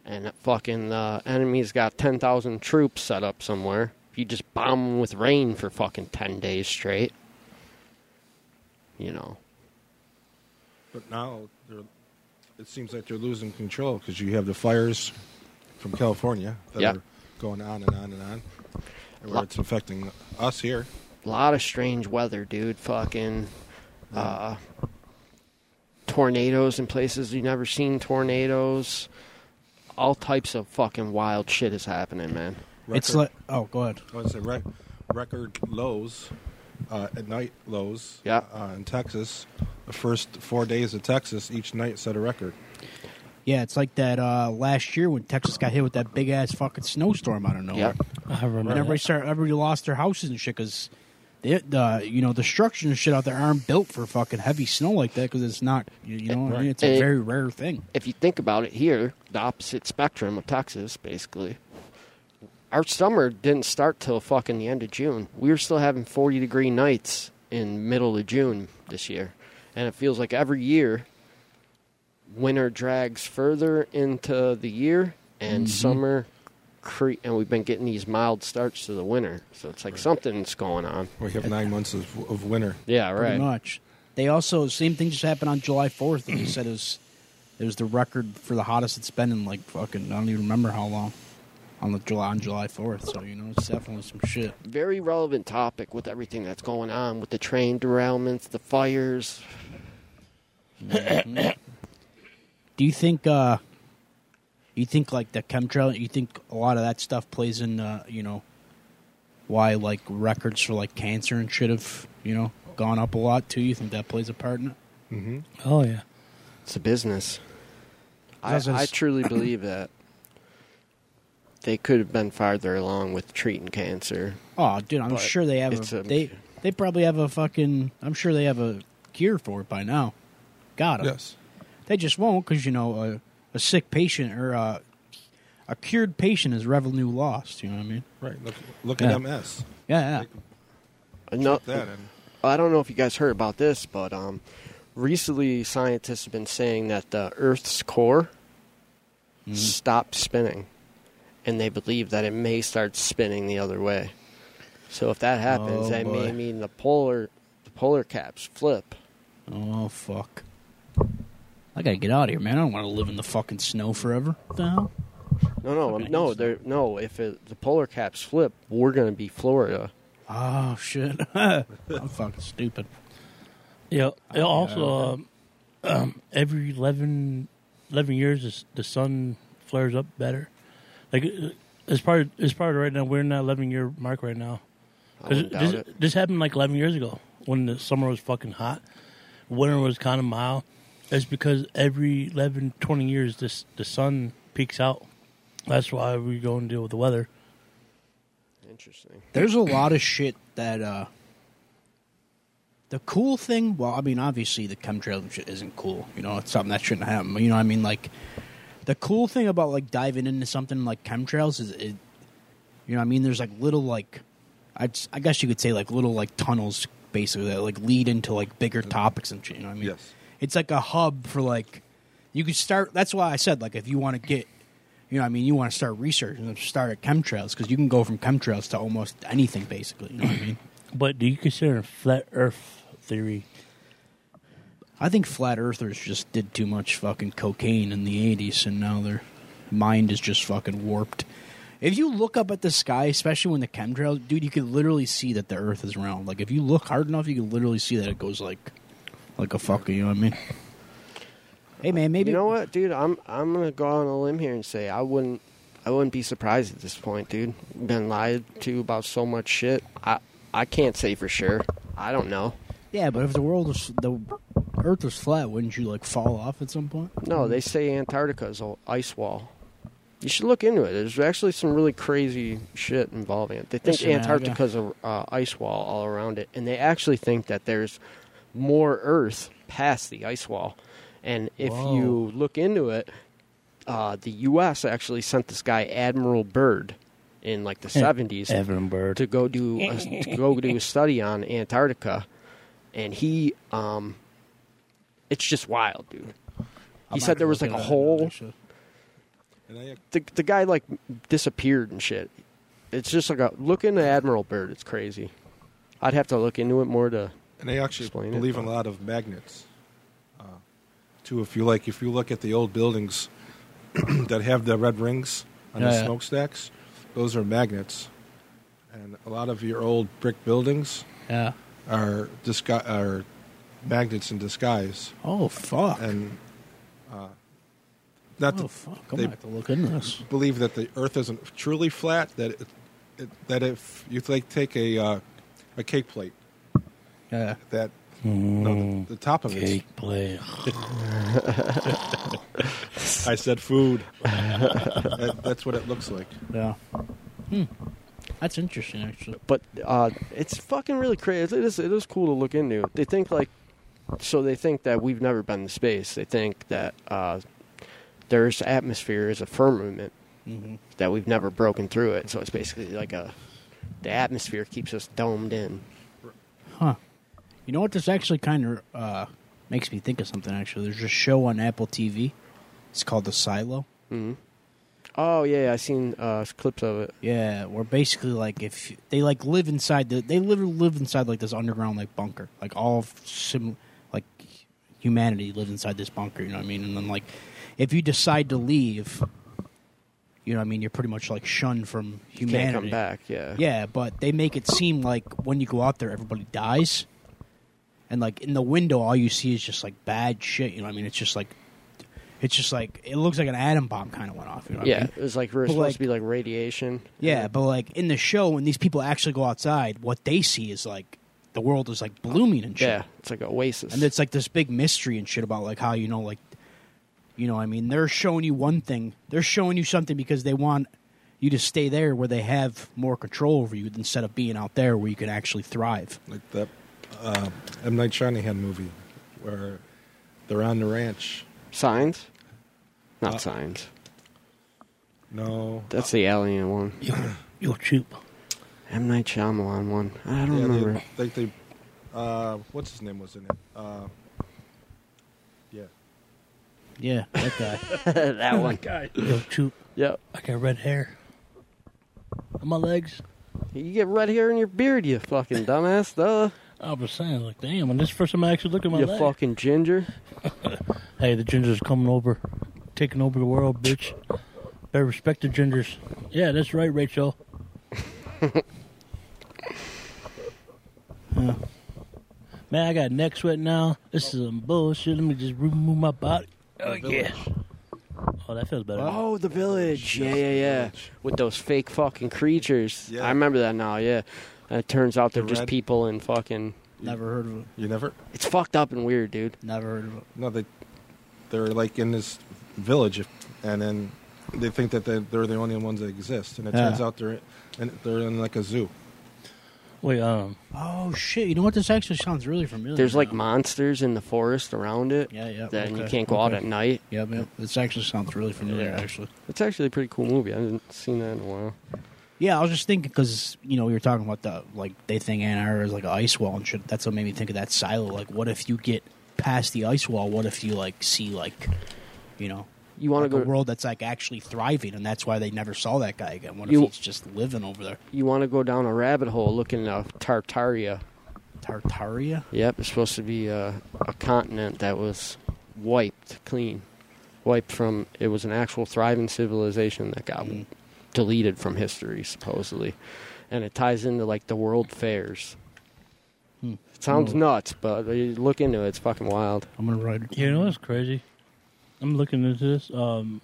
and that fucking uh, enemy's got 10,000 troops set up somewhere, if you just bomb them with rain for fucking 10 days straight, you know. But now they're it seems like they're losing control because you have the fires from California that Yeah. are going on and on and on, and where Lo- it's affecting us here. A lot of strange weather, dude. Fucking uh, tornadoes in places you've never seen tornadoes. All types of fucking wild shit is happening, man. It's like oh, go ahead. I was say rec- record lows, uh, at night lows. Yeah. Uh, in Texas, the first four days of Texas, each night set a record. Yeah, it's like that uh, last year when Texas got hit with that big ass fucking snowstorm out of nowhere. Yep. I remember. And everybody started, everybody lost their houses and shit because the you know the structures and shit out there aren't built for fucking heavy snow like that because it's not you, you know what I mean? it's a It- very rare thing. If you think about it here, the opposite spectrum of Texas, basically. Our summer didn't start till fucking the end of June. We were still having 40 degree nights in middle of June this year. And it feels like every year winter drags further into the year Mm-hmm. and summer cre- and we've been getting these mild starts to the winter. So it's like something's going on. We have nine months of, of winter. Yeah, pretty right. much. They also same thing just happened on July fourth. They said it was it was the record for the hottest it's been in like fucking I don't even remember how long on the July on July fourth. So you know it's definitely some shit. Very relevant topic with everything that's going on with the train derailments, the fires. Do you think uh you think like the chemtrail? You think a lot of that stuff plays in uh, you know why like records for like cancer and shit have you know gone up a lot too? You think that plays a part in it? Oh yeah. It's a business. I, That's what I it's- truly believe that they could have been farther along with treating cancer. Oh, dude, I'm But sure they have it's a, a- they they probably have a fucking I'm sure they have a cure for it by now. Got it. Yes. They just won't because you know a, a sick patient or a, a cured patient is revenue lost. You know what I mean? Right. Look, look Yeah. at MS. Yeah, yeah. No, That and I don't know if you guys heard about this, but um, recently scientists have been saying that the Earth's core Mm-hmm. stopped spinning, and they believe that it may start spinning the other way. So if that Oh, happens, that may boy. mean the polar the polar caps flip. Oh fuck! I gotta get out of here, man. I don't want to live in the fucking snow forever. What the hell? No, no, Okay. no, there, no. If it, the polar caps flip, we're going to be Florida. Oh shit! I'm fucking stupid. Yeah. It also, um, um, every 11, 11 years, this- the sun flares up better. Like it- it's probably it's probably right now. We're in that eleven year mark right now. I 'Cause wouldn't doubt this, it. this happened like eleven years ago when the summer was fucking hot, winter was kind of mild. It's because every 11, 20 years, this the sun peaks out. That's why we go and deal with the weather. Interesting. There's a lot of shit that uh the cool thing, well, I mean obviously the chemtrail shit isn't cool. You know, it's something that shouldn't happen. You know what I mean? Like the cool thing about like diving into something like chemtrails is it you know what I mean? There's like little like I, I guess you could say like little like tunnels basically that like lead into like bigger topics and shit, you know what I mean? Yes. It's like a hub for like you could start that's why I said like if you want to get you know, what I mean, you want to start researching and start at chemtrails because you can go from chemtrails to almost anything, basically. You know what I mean? But do you consider flat Earth theory? I think flat earthers just did too much fucking cocaine in the 80s and now their mind is just fucking warped. If you look up at the sky, especially when the chemtrails, dude, you can literally see that the earth is round. Like, if you look hard enough, you can literally see that it goes like like a fucker, you know what I mean? Hey, man, maybe. You know what, dude? I'm I'm gonna go on a limb here and say I wouldn't I wouldn't be surprised at this point, dude. Been lied to about so much shit. I I can't say for sure. I don't know. Yeah, but if the world was. the earth was flat, wouldn't you, like, fall off at some point? No, they say Antarctica is an ice wall. You should look into it. There's actually some really crazy shit involving it. They think Listen, man, I got- Antarctica's an uh, ice wall all around it, and they actually think that there's more Earth past the ice wall. And if Whoa. you look into it, uh, the U.S. actually sent this guy Admiral Byrd in like the 70s Evan Bird. to go do a, to go do a study on Antarctica, and he um, it's just wild, dude. He said there was like a hole. and I, The the guy like disappeared and shit. It's just like a look into Admiral Byrd. It's crazy. I'd have to look into it more to. and I actually Explain it, believe in a but- lot of magnets. Uh, too. If you like, if you look at the old buildings that have the red rings on Yeah, the yeah. smokestacks, those are magnets, and a lot of your old brick buildings Yeah. are disgu- are magnets in disguise, Oh fuck. and uh, not oh to fuck. I'm they- gonna have to look into this. believe that the Earth isn't truly flat. That it, it, that if you like take a uh, a cake plate, Yeah. that no, the, the top of it. Cake play. I said food. that, that's what it looks like. Yeah. Hmm. That's interesting, actually. but uh, it's fucking really crazy. It is it is cool to look into. They think like, so they think that we've never been to space. They think that uh, there's atmosphere is a firmament Mm-hmm. that we've never broken through it. So it's basically like a the atmosphere keeps us domed in. Huh. You know what? This actually kind of uh, makes me think of something. Actually, there's a show on Apple TV. It's called The Silo. Mm-hmm. Oh yeah, I seen uh, clips of it. Yeah, where basically like if you- they like live inside the they live live inside like this underground like bunker. Like all of sim like humanity lives inside this bunker, you know what I mean? And then like if you decide to leave, you know what I mean, you're pretty much like shunned from humanity. Can't come back. Yeah. Yeah, but they make it seem like when you go out there everybody dies. And like in the window all you see is just like bad shit, you know what I mean? It's just like it's just like it looks like an atom bomb kind of went off, you know what I Yeah, mean? it was like we were But, supposed like- to be like radiation. Yeah, but like in the show, when these people actually go outside, what they see is like the world is like blooming and shit, Yeah, it's like an oasis. and it's like this big mystery and shit about like how you know like, you know, I mean, they're showing you one thing, they're showing you something because they want you to stay there where they have more control over you instead of being out there where you can actually thrive. Like that uh, M Night Shyamalan movie where they're on the ranch. signs, Uh, not signs. No, That's the alien one. Yo, cheap. M Night Shyamalan one. I don't yeah, remember. they, like they. Uh, what's his name was in it? Uh, yeah, Yeah, that guy. that one. Yo, cheap. Yep. I got red hair. On my legs. You get red hair in your beard, you fucking dumbass, duh. I was saying, like, damn, and this is the first time I actually look at my you leg. fucking ginger. Hey, the gingers coming over, taking over the world, bitch. Better respect the gingers. Yeah, that's right, Rachel. Yeah. Man, I got neck sweat now. This is some bullshit. Let me just remove my body. Oh yeah. Oh, that feels better. Oh, the village. Yeah, yeah, yeah. With those fake fucking creatures. Yeah. I remember that now, yeah. And it turns out they're The just red- people and fucking. never heard of it. you never. It's fucked up and weird, dude. Never heard of it. No, they they're like in this village, and then they think that they- they're the only ones that exist, and it Yeah. turns out they're and they're in like a zoo. Wait, um, Oh shit! You know what? This actually sounds really familiar. There's like now. monsters in the forest around it. Yeah, yeah, That you okay, can't go out okay. at night. Yeah, man. This actually sounds really familiar. Yeah. Actually. It's actually a pretty cool movie. I haven't seen that in a while. Yeah, I was just thinking because you know we were talking about the like they think Antarctica is like an ice wall and shit. That's what made me think of that silo. Like, what if you get past the ice wall? What if you like see like, you know, You want like to a go? world that's like actually thriving, and that's why they never saw that guy again. What if You- he's just living over there? You want to go down a rabbit hole looking at Tartaria? Tartaria? Yep, it's supposed to be a, a continent that was wiped clean, wiped from. It was an actual thriving civilization that got deleted from history, supposedly, and it ties into like the world fairs. It sounds nuts, but you look into it; it's fucking wild. I'm gonna write. it. you know what's crazy? Um, I'm looking into this. Um,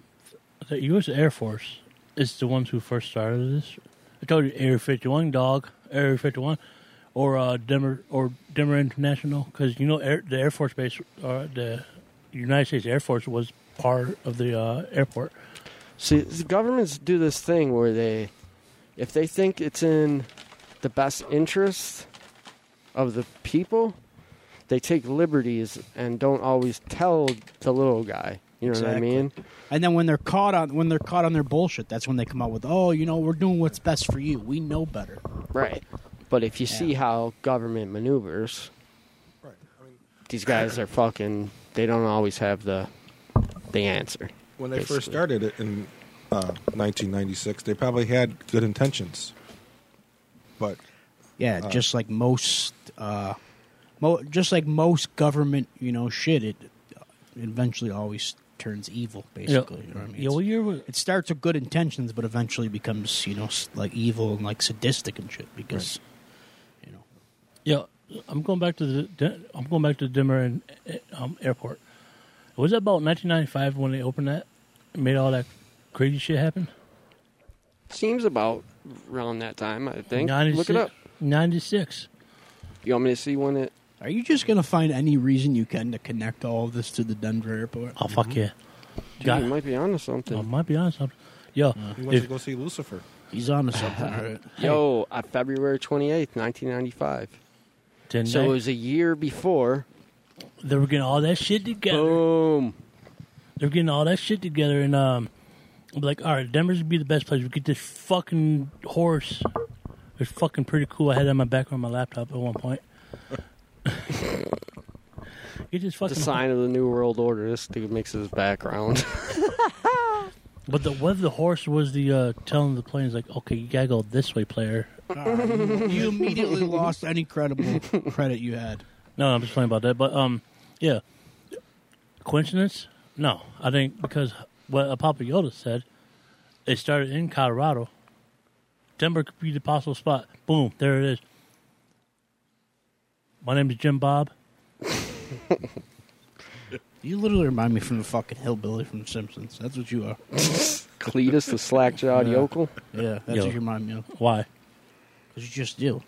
the U.S. Air Force is the ones who first started this. I told you, Area 51, dog, Area 51, or uh, Denver or Denver International, because you know air, the Air Force Base, uh, the United States Air Force was part of the uh, airport. See, the governments do this thing where they, if they think it's in the best interest of the people, they take liberties and don't always tell the little guy. You know what I Exactly. mean? And then when they're caught on when they're caught on their bullshit, that's when they come out with, "Oh, you know, we're doing what's best for you. We know better." Right. But if you see how government maneuvers, Right. I mean, these guys are fucking. They don't always have the, the answer. when they first Basically. started it in uh, 1996, they probably had good intentions, but Yeah, just like most, uh, mo- just like most government, you know, shit. It eventually always turns evil. Basically, you know what I mean? Yeah, well, It's- you're it starts with good intentions, but eventually becomes you know s- like evil and like sadistic and shit because you know Yeah, I'm going back to the I'm going back to Denver and, um, airport. Was that about 1995 when they opened that, made all that crazy shit happen? Seems about around that time, I think. Look it up. 96. You want me to see when it? Are you just gonna find any reason you can to connect all of this to the Denver airport? Oh fuck Mm-hmm. yeah! Dude, Got you it. might be onto I something. might be honest. I'm- Yo, He went if, to go see Lucifer. He's on to something. all right. Yo, uh, February twenty eighth, nineteen ninety five. then So it they, was a year before. they were getting all that shit together. Oh. Boom. They were getting all that shit together, and um, I'm like, all right, Denver's would be the best place. We get this fucking horse. It's fucking pretty cool. I had it on my back on my laptop at one point. get this The fucking sign of the New World Order. This dude makes his background. But the what if the horse was the uh, telling the planes like, okay, you gotta go this way, player. you immediately lost any credible credit you had. No, I'm just playing about that. But um, yeah, coincidence? No, I think because what uh, Papa Yoda said, it started in Colorado. Denver could be the possible spot. Boom, there it is. My name is Jim Bob. You literally remind me from the fucking hillbilly from The Simpsons. That's what you are. Cletus, the slack jawed yokel. Yeah, that's Yo. what you remind me of. Why? Because you just do.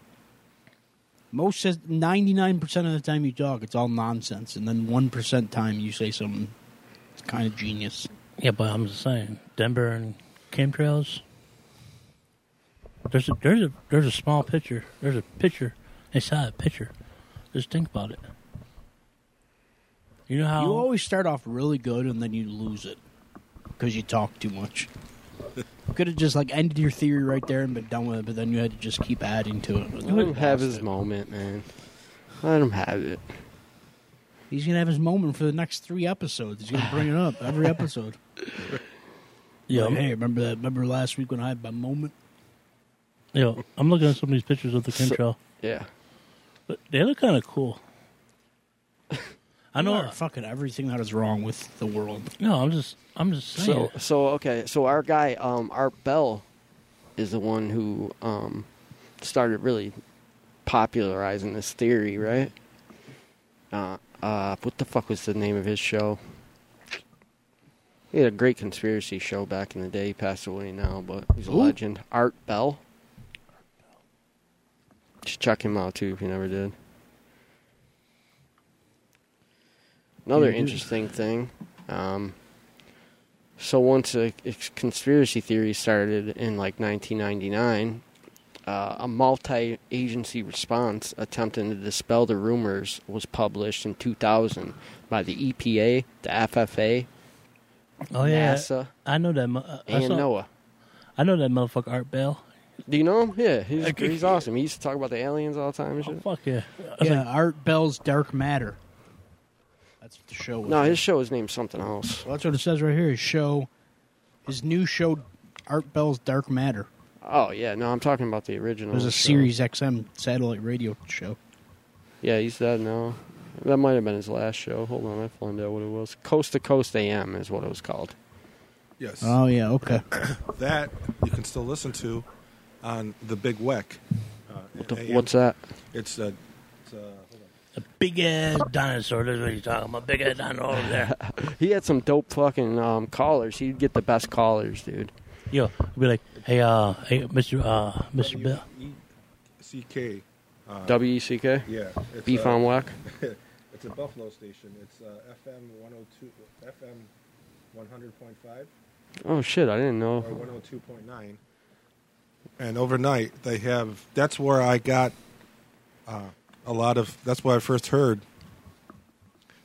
Most says ninety nine percent of the time you talk, it's all nonsense, and then one percent time you say something. It's kind of genius. Yeah, but I'm just saying, Denver and chemtrails. There's a there's a there's a small picture. There's a picture inside a picture. Just think about it. You know how? You always start off really good, and then you lose it because you talk too much. Could have just like ended your theory right there and been done with it, but then you had to just keep adding to it. Let him have his moment, man. Let him have it. He's gonna have his moment for the next three episodes. He's gonna bring it up every episode. yo, Like, hey, remember that? Remember last week when I had my moment? yo, I'm looking at some of these pictures of the chemtrail, Yeah. but they look kind of cool. I You know. are fucking everything that is wrong with the world. no, I'm just I'm just saying. So so okay. So our guy, um, Art Bell, is the one who um, started really popularizing this theory, right? Uh, uh, what the fuck was the name of his show? He had a great conspiracy show back in the day. He passed away now, but he's a Who? legend. Art Bell. Just check him out too if you never did. Another Yeah, dude. interesting thing. Um, so once a, a conspiracy theory started in like 1999, uh, a multi-agency response attempting to dispel the rumors was published in 2000 by the EPA, the FFA, oh yeah, NASA, I know that. mu- Uh, I, and saw- NOAA. I know that motherfucker Art Bell. Do you know him? Yeah, he's, Okay. he's awesome. He used to talk about the aliens all the time and Oh, shit. fuck yeah. Yeah, Art Bell's Dark Matter. That's what the show was. No, his show is named something else. Well, that's what it says right here. His show, his new show, Art Bell's Dark Matter. Oh yeah, no, I'm talking about the original. It was a Oh, show. Series XM satellite radio show. Yeah, he's dead now. That might have been his last show. Hold on, I find out what it was. Coast to Coast AM is what it was called. Yes. Oh yeah, okay. That you can still listen to on the Big Weck. Uh, What the, AM. what's that? It's a. It's a hold A big ass dinosaur. That's what you're talking about. Big ass dinosaur over there. He had some dope fucking um, callers. He'd get the best callers, dude. Yo, I'd be like, hey, uh, hey, Mr. Uh, Mr. Bill. on. CK. WECK? Yeah. E It's uh, Beef a, on Whack? It's a Buffalo station. It's uh, FM 102, FM 100.5 Oh shit, I didn't or know. 102.9. And overnight, they have. That's where I got uh, a lot of. That's where I first heard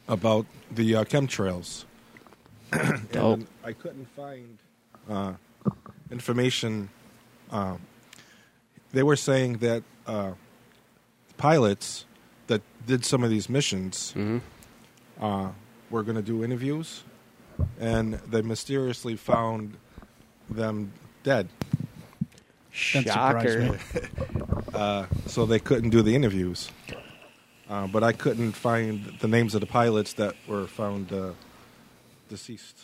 about the uh, chemtrails. Dope. and I couldn't find uh, information. Uh, they were saying that uh, pilots that did some of these missions Mhm. uh, were going to do interviews, and they mysteriously found them dead, surprised Shocker. me. uh, so they couldn't do the interviews. Uh, but I couldn't find the names of the pilots that were found uh, deceased.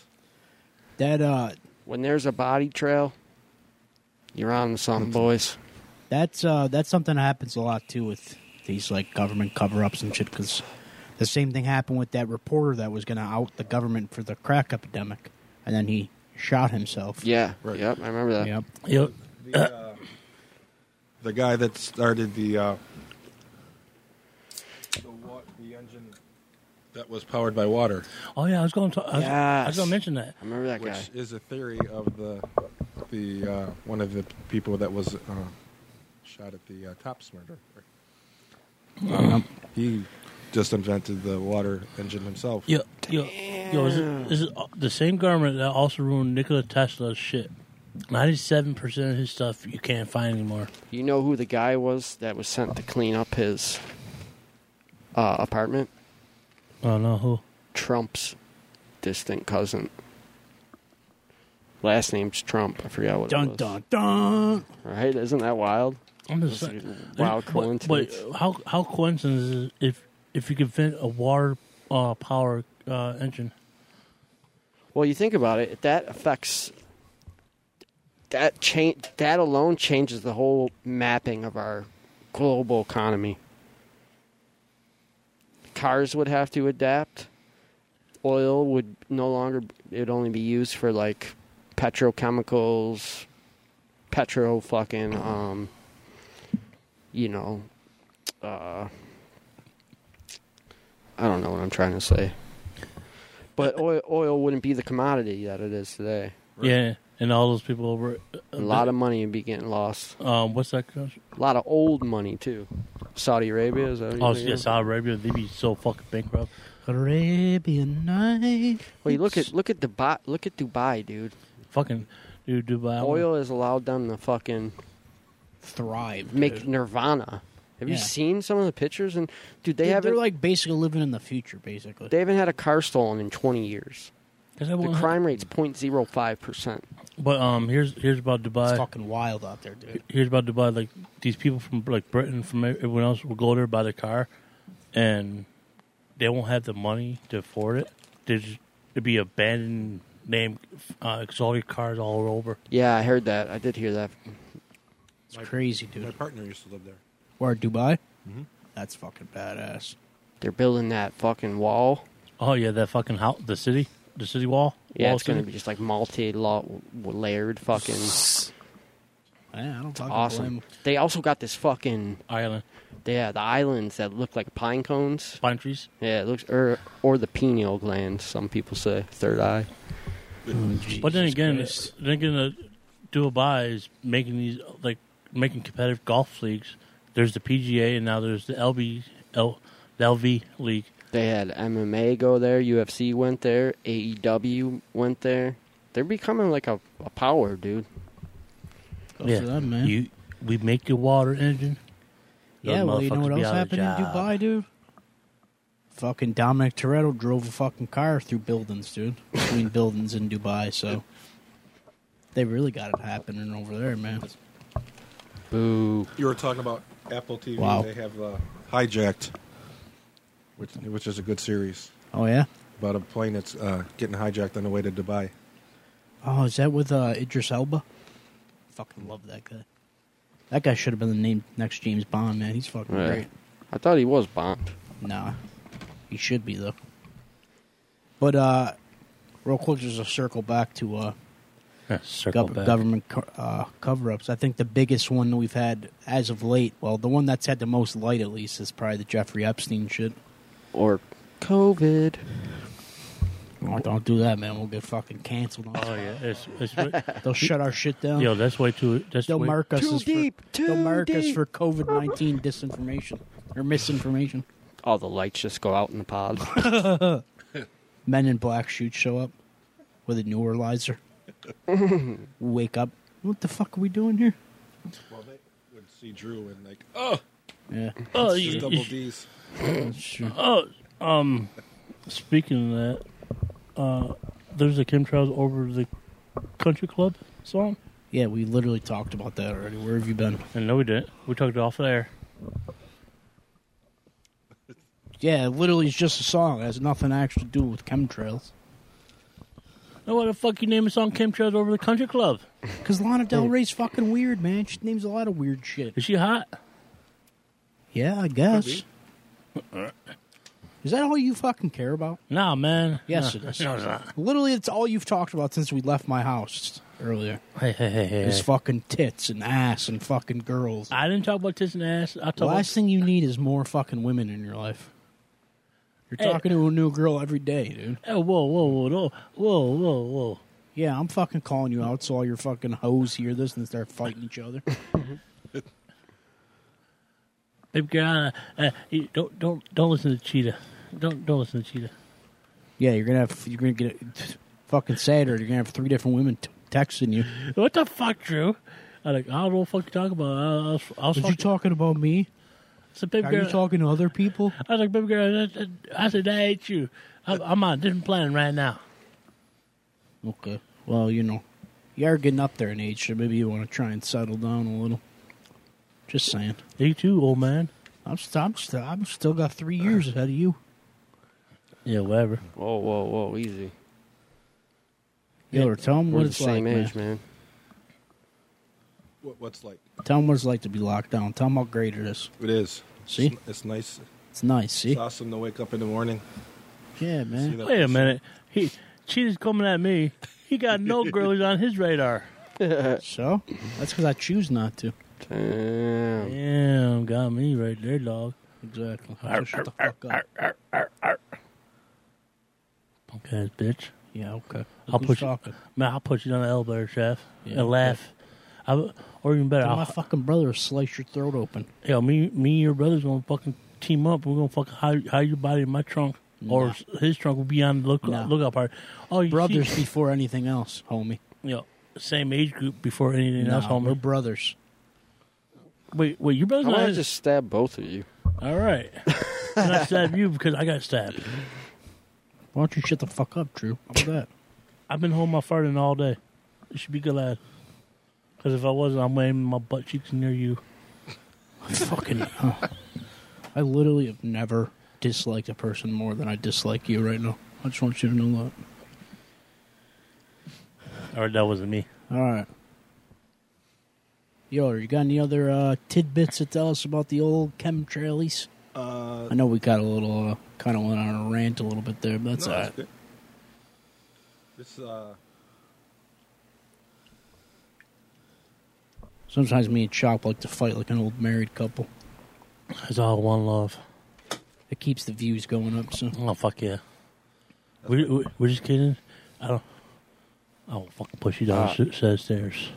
That uh, When there's a body trail, you're on to something, boys. that's uh, that's something that happens a lot too with these like government cover-ups and shit. Because the same thing happened with that reporter that was going to out the government for the crack epidemic, and then he shot himself. Yeah. Right. Yep. I remember that. Yep. Yep. The, uh, the guy that started the uh, the, wa- the engine that was powered by water, Oh yeah, I was going to. I was, I was Yes. going to mention that. I remember that which guy. is a theory of the the uh, one of the people that was uh, shot at the uh, Tops murder. he just invented the water engine himself. Yo, yo, yo! Is it, is it the same government that also ruined Nikola Tesla's shit? Ninety-seven percent of his stuff you can't find anymore. You know who the guy was that was sent to clean up his uh, apartment? Oh no, who? Trump's distant cousin. Last name's Trump. I forgot what it Dun was. dun dun. Right? Isn't that wild? I'm just Those saying- are wild But- but coincidence. how how coincidence is it if if you could invent a water uh, power uh, engine? Well, you think about it. That affects that change. That alone changes the whole mapping of our global economy. Cars would have to adapt. Oil would no longer. It would only be used for like petrochemicals, petro fucking um, you know, uh, I don't know what I'm trying to say. But oil, oil wouldn't be the commodity that it is today. Yeah, and all those people over uh, A lot of money would be getting lost. um, what's that? country? A lot of old money too. Saudi Arabia is that? what you're Oh thinking yeah, of? Saudi Arabia. They'd be so fucking bankrupt. Arabian night. Well, you look at look at Dubai. Look at Dubai, dude. Fucking dude, Dubai. Oil has allowed them to fucking thrive. make Nirvana. Have you Yeah. seen some of the pictures? And dude, they They haven't are like basically living in the future, basically. they haven't had a car stolen in 20 years. 'Cause I The wouldn't- crime rate's 0.05 percent. But um, here's here's about Dubai. it's fucking wild out there, dude. here's about Dubai. Like these people from like Britain, from e-, everyone else, will go there buy their car, and they won't have the money to afford it. There's there'd be abandoned name uh, exotic cars all over. Yeah, I heard that. I did hear that. It's crazy, My dude. partner used to live there. Or Dubai? That's fucking badass. They're building that fucking wall. Oh yeah, that fucking house, the city, the city wall. Yeah, Wall it's going to city. be just like multi-layered fucking. Yeah, I don't fucking awesome. blame- They also got this fucking island yeah, the islands that look like pine cones. pine trees. Yeah, it looks or or the pineal gland. Some people say third eye. but then Jesus again, Christ. then again, uh, Dubai is making these like making competitive golf leagues. There's the PGA and now there's the LB L, the LV league. They had MMA go there, UFC went there, AEW went there. They're becoming like a, a power, dude. Go for them, man. You, we make your water engine. yeah, those well, you know motherfuckers what be else out of happened in job. Dubai, dude? Fucking Dominic Toretto drove a fucking car through buildings, dude. Between buildings in Dubai, so they really got it happening over there, man. Boo. You were talking about Apple TV. Wow. They have uh, hijacked, which which is a good series Oh yeah. about a plane that's uh, getting hijacked on the way to Dubai. Oh, is that with uh, Idris Elba? Fucking love that guy. That guy should have been the name next James Bond, man. He's fucking Yeah. great. I thought he was Bond. Nah, he should be though. But uh, real quick, just a circle back to uh, Yeah, circle gov- back. government co- uh, cover-ups. I think the biggest one that we've had as of late, well, the one that's had the most light at least, is probably the Jeffrey Epstein shit. Or COVID. Oh, don't do that, man. We'll get fucking canceled. On Oh yeah, it's, it's way- They'll shut our shit down. yo, that's way too. That's They'll way, mark us Too as deep, For, too they'll mark us deep. for COVID nineteen disinformation or misinformation. All the lights just go out in the pod. Men in black shoots show up with a neuralizer. Wake up. What the fuck are we doing here? Well, they would see Drew and like, oh, Yeah, Oh, just you- double D's. that's true. Speaking of that, uh, there's a Kim Trials over the country club song. Yeah, we literally talked about that already. Where have you been? And no, we didn't. We talked it off there. Yeah, it literally it's just a song. It has nothing actually to do with chemtrails. Now why the fuck you name a song Kim Chud over the country club? Because Lana Del Rey's fucking weird, man. She names a lot of weird shit. Is she hot? Yeah, I guess. Is that all you fucking care about? Nah, man. Yes, Nah. it is. No, it's not. Literally, it's all you've talked about since we left my house earlier. Hey, hey, hey, hey. Is fucking tits and ass and fucking girls. I didn't talk about tits and ass. I talked The about last thing you need is more fucking women in your life. You're Hey. talking to a new girl every day, dude. Oh, whoa, whoa, whoa, whoa, whoa, whoa, whoa. Yeah, I'm fucking calling you out so all your fucking hoes hear this and start fighting each other. Baby girl, uh, uh, you- don't don't don't listen to Cheetah. Don't don't listen to Cheetah. Yeah, you're gonna have you're gonna get fucking sad, or you're gonna have three different women t- texting you. What the fuck, Drew? I like I don't know what the fuck you talking about. I, I was, I was Are you talking. talking about me? so baby Are girl, you talking to other people? I was like, baby girl, that, that, I said that ain't you. I, I'm on a different planet right now. Okay. Well, you know, you are getting up there in age, so maybe you want to try and settle down a little. Just saying. You too, old man. I'm st- I'm st- I'm still got three years ahead of you. Yeah, whatever. Whoa, whoa, whoa, easy. Yo, or tell them We're what the it's same like, age, man. man. What, what's like? Tell them what it's like to be locked down. Tell them how great it is. It is. See? It's, it's nice. It's nice. See? It's awesome to wake up in the morning. Yeah, See man. that Wait a person. minute. He Cheetah's coming at me. He got no girls on his radar. So that's because I choose not to. Damn. Damn, got me right there, dog. Exactly. So shut the fuck up. Okay, bitch. Yeah. Okay. Look I'll who's push you- talking. Man, I'll put you down the elevator shaft Yeah, and laugh. I, or even better, Tell my I'll, fucking brother to slice your throat open. yo, me, me, and your brother's gonna fucking team up. We're gonna fucking hide, hide your body in my trunk, or s- his trunk will be on the look Nah. lookout part. Oh, you Brothers see, before anything else, homie. yo, same age group before anything No, else. Homie. we're brothers. Wait, wait, your brother's I want not to just stab both of you. all right. and I stabbed you because I got stabbed. Why don't you shut the fuck up, Drew? How about that? I've been holding my farting all day. You should be glad. Because if I wasn't, I'm aiming my butt cheeks near you. fucking. uh, I literally have never disliked a person more than I dislike you right now. I just want you to know Or that wasn't me. that. All right. Yo, you got any other uh, tidbits to tell us about the old chemtrailies? Uh, I know we got a little, uh, kind of went on a rant a little bit there, but that's no, all it's right. good. It's, uh, Sometimes me and Chop like to fight like an old married couple. It's all one love. It keeps the views going up, so. Oh fuck yeah. We, we we're just kidding. I don't. I don't fucking push you down Ah. the s- set of stairs.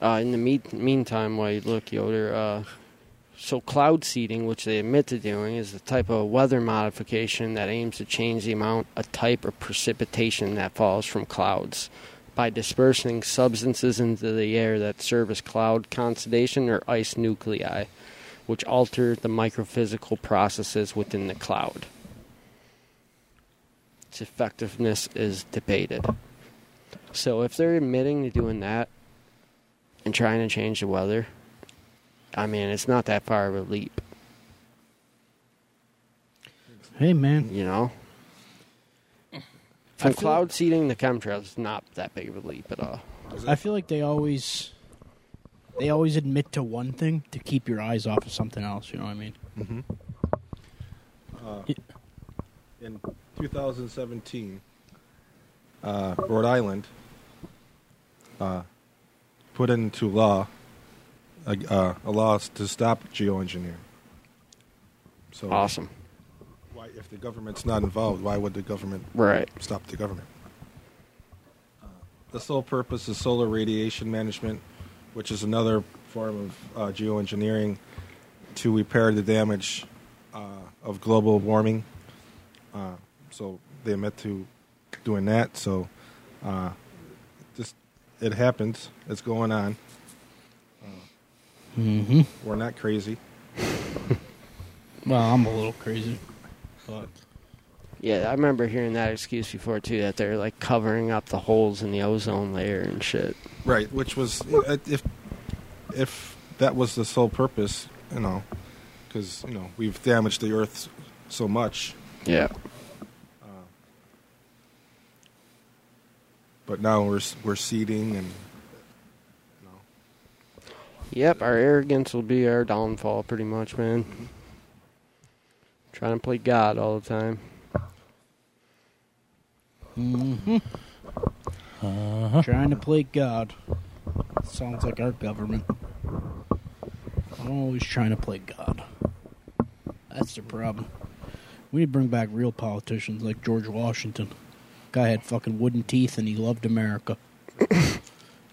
Uh, in the me- meantime, while you look, Yoder, uh, so cloud seeding, which they admit to doing, is the type of weather modification that aims to change the amount, a type of precipitation that falls from clouds by dispersing substances into the air that serve as cloud condensation or ice nuclei, which alter the microphysical processes within the cloud. Its effectiveness is debated. So if they're admitting to doing that, and trying to change the weather, I mean, it's not that far of a leap, Hey, man. you know? From I feel- cloud seeding to chemtrails, it's not that big of a leap at all. I feel like they always. They always admit to one thing to keep your eyes off of something else, you know what I mean? in 2017, uh, Rhode Island uh, put into law a, uh, a law to stop geoengineering. So, Awesome. why, if the government's not involved, why would the government Right. stop the government? Uh, The sole purpose is solar radiation management, which is another form of uh, geoengineering to repair the damage uh, of global warming. Uh, so they admit to doing that. So uh, this it happens. It's going on. Uh, Mm-hmm. We're not crazy. Well, I'm a little crazy. But Yeah, I remember hearing that excuse before, too, that they're like covering up the holes in the ozone layer and shit. Right, which was if if that was the sole purpose, you know, because you know we've damaged the Earth so much. Yeah. But now we're s- we're seeding and Yep, our arrogance will be our downfall, pretty much, man. Trying to play God all the time. Trying to play God. Sounds like our government. Always trying to play God. That's the problem. We need to bring back real politicians like George Washington. Guy had fucking wooden teeth and he loved America.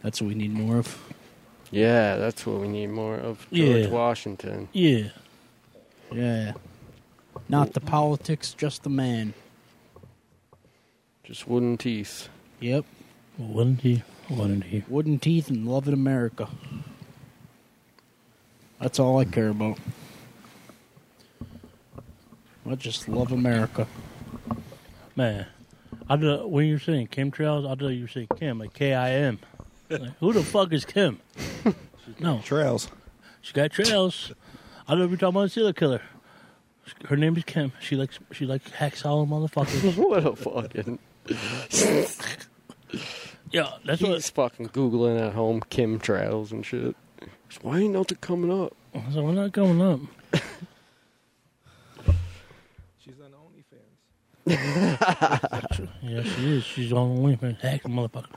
That's what we need more of. Yeah, that's what we need more of. George Yeah. Washington. Yeah. Yeah. Not the politics, just the man. Just wooden teeth. Yep. Wouldn't he? Wouldn't he? Wooden teeth and loving America. That's all I care about. I just love America. Man. I do, when you're saying chemtrails, I thought you were saying Kim, like K I M. Like, who the fuck is Kim? No, trails. she got trails. I know we're talking about a serial killer. Her name is Kim. She likes she likes hacksaw motherfuckers. What a fucking. yeah, that's He's what. fucking Googling at home chemtrails and shit. Why ain't nothing coming up? So we're not going up. She's on OnlyFans. Yeah, she is. She's on OnlyFans. Hack the motherfucker.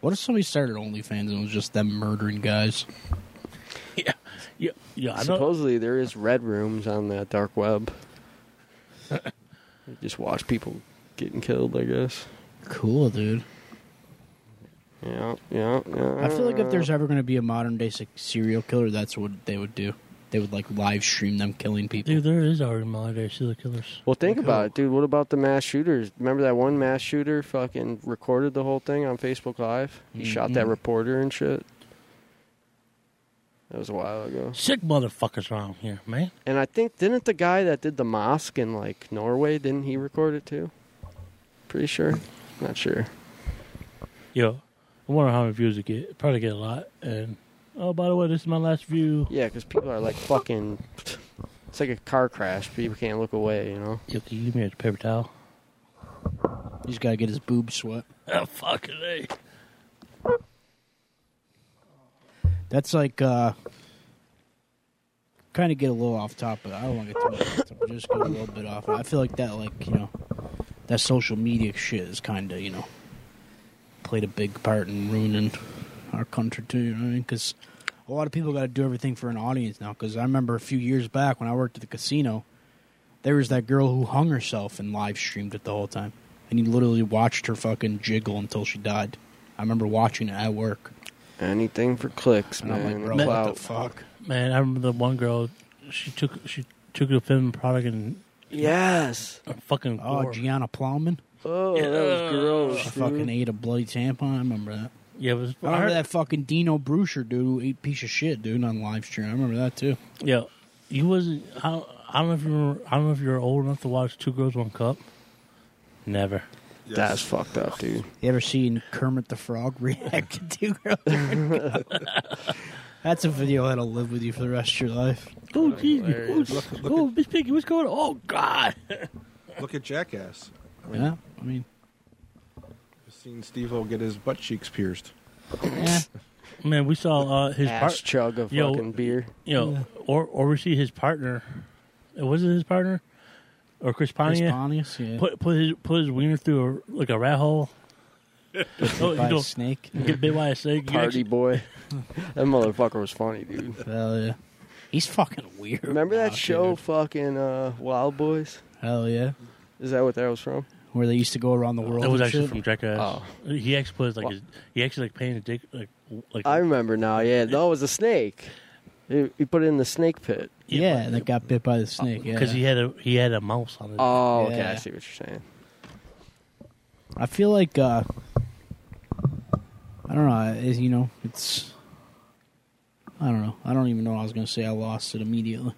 What if somebody started OnlyFans and it was just them murdering guys? Yeah, yeah, yeah. I know. Supposedly there is red rooms on the dark web. You just watch people getting killed, I guess. Cool, dude. Yeah, yeah, yeah. I feel like if there's ever going to be a modern day se- serial killer, that's what they would do. They would like live stream them killing people. Dude, there is already modern serial killers. Well, think Like oh. about who? it, dude. What about the mass shooters? Remember that one mass shooter fucking recorded the whole thing on Facebook Live? He shot that Mhm. reporter and shit. That was a while ago. Sick motherfuckers around here, man. And I think didn't the guy that did the mosque in like Norway didn't he record it too? Pretty sure. Not sure. Yo, I wonder how many views it get. Probably get a lot. And oh, by the way, this is my last view. Yeah, because people are like fucking. It's like a car crash. People can't look away. You know. Yo, can you give me a paper towel? He's got to get his boobs sweat. Oh, fucking a. That's like uh kind of get a little off topic. I don't want to get too much off topic. Just go a little bit off. I feel like that, like you know, that social media shit is kind of you know played a big part in ruining our country too. You know what I mean? Because a lot of people got to do everything for an audience now. Because I remember a few years back when I worked at the casino, there was that girl who hung herself and live streamed it the whole time, and you literally watched her fucking jiggle until she died. I remember watching it at work. Anything for clicks, And I'm like, man. bro, what Clout. the fuck? Man, I remember the one girl. She took she took a feminine product and Yes. uh, fucking. Oh, gore. Gianna Plowman. Oh, that was gross. She dude. fucking ate a bloody tampon. I remember that. yeah, it was. I remember that fucking Dino Brucher dude who ate piece of shit, dude, on live stream. I remember that too. Yeah, you wasn't. I don't, I don't know if you were. I don't know if you were old enough to watch Two Girls One Cup. Never. Yes. That's fucked up, dude. You ever seen Kermit the Frog react to two girls? That's a video that'll live with you for the rest of your life. Oh Jesus! Oh, hilarious. s- oh, Miss Piggy, what's going on? Oh God! Look at Jackass. I mean, Yeah, I mean, I've seen Steve O get his butt cheeks pierced. yeah. Man, we saw uh, his Ass part. chug of Yo. fucking beer. You know, or or we see his partner. Uh, Was it his partner or Chris Chris Pontius? Pontius, yeah. Put put his put his wiener through a, like a rat hole. oh, you by a know, snake. get bit by a snake. You Party actually- boy. that motherfucker was funny, dude. Hell yeah. He's fucking weird. Remember now, that dude. show, fucking uh, Wild Boys? Hell yeah. Is that what that was from? Oh. Where they used to go around the world. That was and actually shit. from Jackass. He actually plays like his, he actually like playing a dick like like I remember now. Yeah, no, it was a snake. He, he put it in the snake pit. Yeah, that got bit by the snake. Yeah, because Uh, he had a he had a mouse on it. Oh, okay. Yeah. I see what you're saying. I feel like uh I don't know. Is you know, it's I don't know. I don't even know what I was gonna say. I lost it immediately.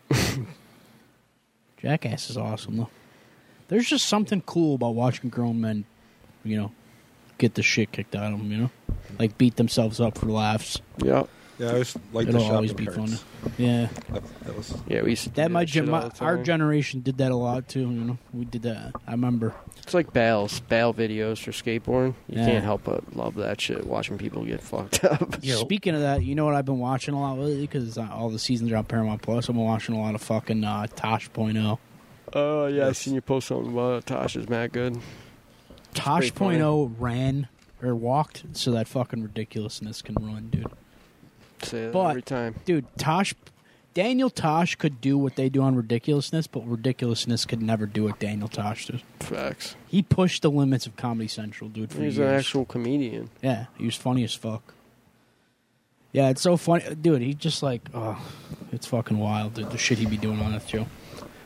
Jackass is awesome though. There's just something cool about watching grown men, you know, get the shit kicked out of them. You know, like beat themselves up for laughs. Yeah. Yeah, I always like the It'll shopping always be carts. fun. Yeah, That, that was Yeah, we used to do that my, shit gen- all my the our time. generation did that a lot too. You know, we did that. I remember. It's like bails, bail videos for skateboarding. You Yeah. can't help but love that shit. Watching people get fucked up. Yo. Speaking of that, you know what I've been watching a lot lately because all the seasons are on Paramount Plus. I've been watching a lot of fucking uh, Tosh Point oh. Oh yeah, I Yes. seen you post something about it. Tosh is mad good. Tosh pretty Point oh ran or walked, so that fucking ridiculousness can run, dude. Say that But- every time. Dude, Tosh, Daniel Tosh could do what they do on ridiculousness, but ridiculousness could never do what Daniel Tosh did. Facts. He pushed the limits of Comedy Central, dude. For He's an years. actual comedian. Yeah, he was funny as fuck. Yeah, it's so funny, dude. He just like, oh, it's fucking wild, dude. The shit he be doing on that show,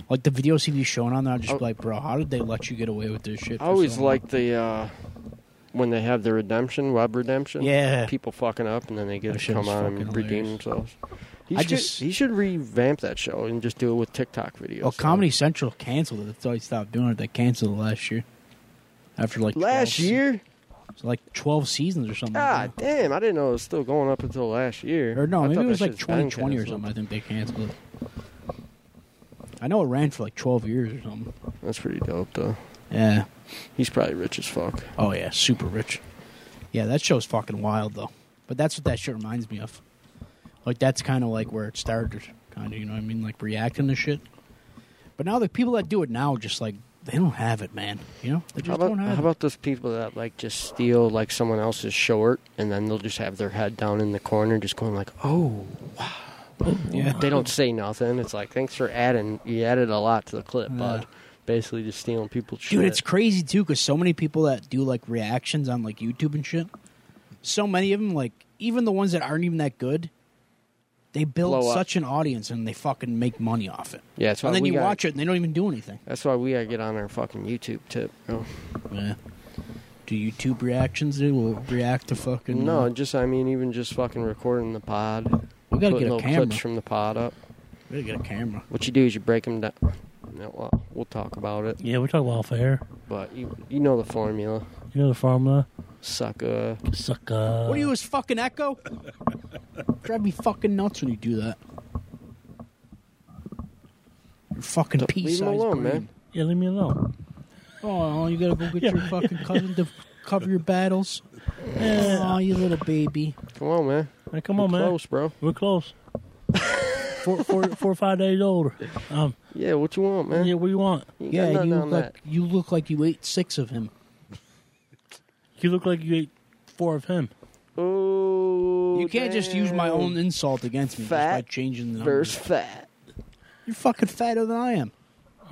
like the videos he be showing on there. I'd just be Oh. like, bro, how did they let you get away with this shit? I for always so like the uh, when they have the redemption, web redemption. long? yeah, People fucking up and then they get That to shit come is on fucking and redeem hilarious. themselves. He I should, just- he should revamp that show and just do it with TikTok videos. Well, Comedy Central canceled it. That's why they stopped doing it. They canceled it last year. After like 12 Last se- year? it's like twelve seasons or something. God like damn! I didn't know it was still going up until last that. year. Or no, I maybe thought it was that like shit's been twenty twenty or canceled. something. I think they canceled it. I know it ran for like twelve years or something. That's pretty dope, though. Yeah. He's probably rich as fuck. Oh yeah, super rich. Yeah, that show's fucking wild though. But that's what that shit reminds me of. Like that's kind of like where it started, kind of. You know what I mean? Like reacting to shit. But now the people that do it now, just like they don't have it, man. You know, they just How about, don't have how it. about those people that like just steal like someone else's short and then they'll just have their head down in the corner, just going like, "Oh, yeah. they don't say nothing." It's like, "Thanks for adding. You added a lot to the clip, bud." Basically, just stealing people's shit. Dude, it's crazy too because so many people that do like reactions on like YouTube and shit, so many of them like even the ones that aren't even that good, they build Blow up. such an audience and they fucking make money off it. yeah. That's why and then we you gotta- watch it and they don't even do anything. That's why we gotta get on our fucking YouTube tip. bro. Yeah. Do YouTube reactions? They will react to fucking No, uh, just I mean, even just fucking recording the pod. We gotta putting get a little camera. clips from the pod up. We gotta get a camera. What you do is you break them down. No, well, we'll talk about it, Yeah, we're talking about off air. but you you know the formula. You know the formula? Sucker. Suck uh, what are you, his fucking echo? Drive me fucking nuts when you do that. Your fucking Don't- leave him peace alone, man. Yeah, leave me alone. Oh, you gotta go get Yeah. your fucking cousin to cover your battles. Oh, you little baby. Come on, man. Hey, come on, We're man. Close, bro. We're close. four, four, four or five days older. Um, Yeah, what you want, man? yeah, what do you want? You Yeah, got and nothing you on look like that. you look like you ate six of him. You look like you ate four of him. Oh, You can't just use my damn. own insult against me just by Fat changing the numbers. verse fat. You're fucking fatter than I am.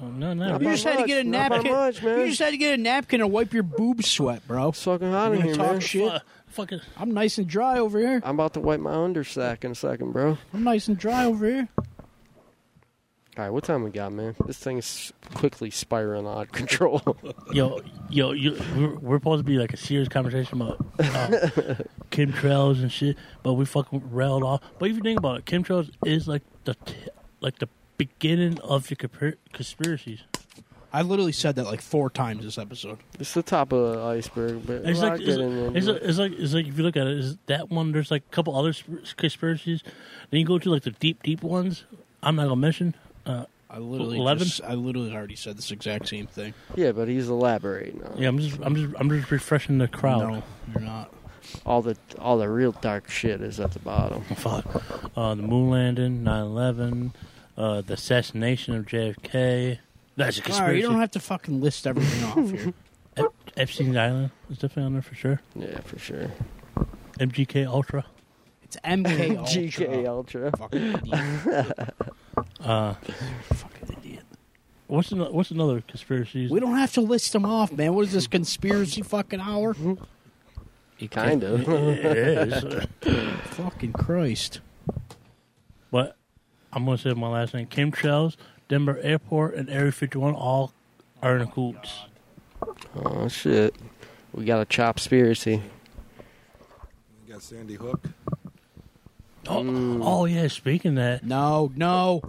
Oh, no, no. Not by You just had to much, get a not by napkin. much, man. You just had to get a napkin and wipe your boob sweat, bro. It's fucking hot in You're here, gonna talk man. shit. Fu- fucking. I'm nice and dry over here. I'm about to wipe my undersack in a second, bro. All I'm nice and dry over here. right, what time we got, man? This thing is quickly spiraling out of control. Yo, yo, you, we're, we're supposed to be like a serious conversation about uh, chemtrails and shit, but we fucking railed off. But if you think about it, chemtrails is like the t- like the beginning of the compar- conspiracies. I literally said that like four times this episode. it's the top of the iceberg, but It's I'll like get it's, in there, it's, bro. like it's like it's like if you look at it, is that one? There's like a couple other spir- conspiracies. Then you go to like the deep, deep ones. I'm not gonna mention. Uh, I literally, Eleven? just- I literally already said this exact same thing. yeah, but he's elaborating on yeah, I'm just I'm just I'm just refreshing the crowd. No, you're not. all the all the real dark shit is at the bottom. Fuck. Uh, the moon landing, 9 11, uh, the assassination of JFK. That's a All right, conspiracy. you don't have to fucking list everything off here. Ep- Epstein's Island is definitely on there for sure. Yeah, for sure. MGK Ultra. It's MK Ultra. GK Ultra. Fucking idiot. Uh, fucking idiot. what's, another, what's another conspiracy? We don't have to list them off, man. What is this conspiracy fucking hour? Kind of. It is. fucking Christ. but I'm going to say my last name. Chemtrails, Denver Airport, and Area 51 all are in the coots. oh shit. We got a chop conspiracy. you got Sandy Hook. Oh, Mm. oh, yeah, speaking of that. No, no.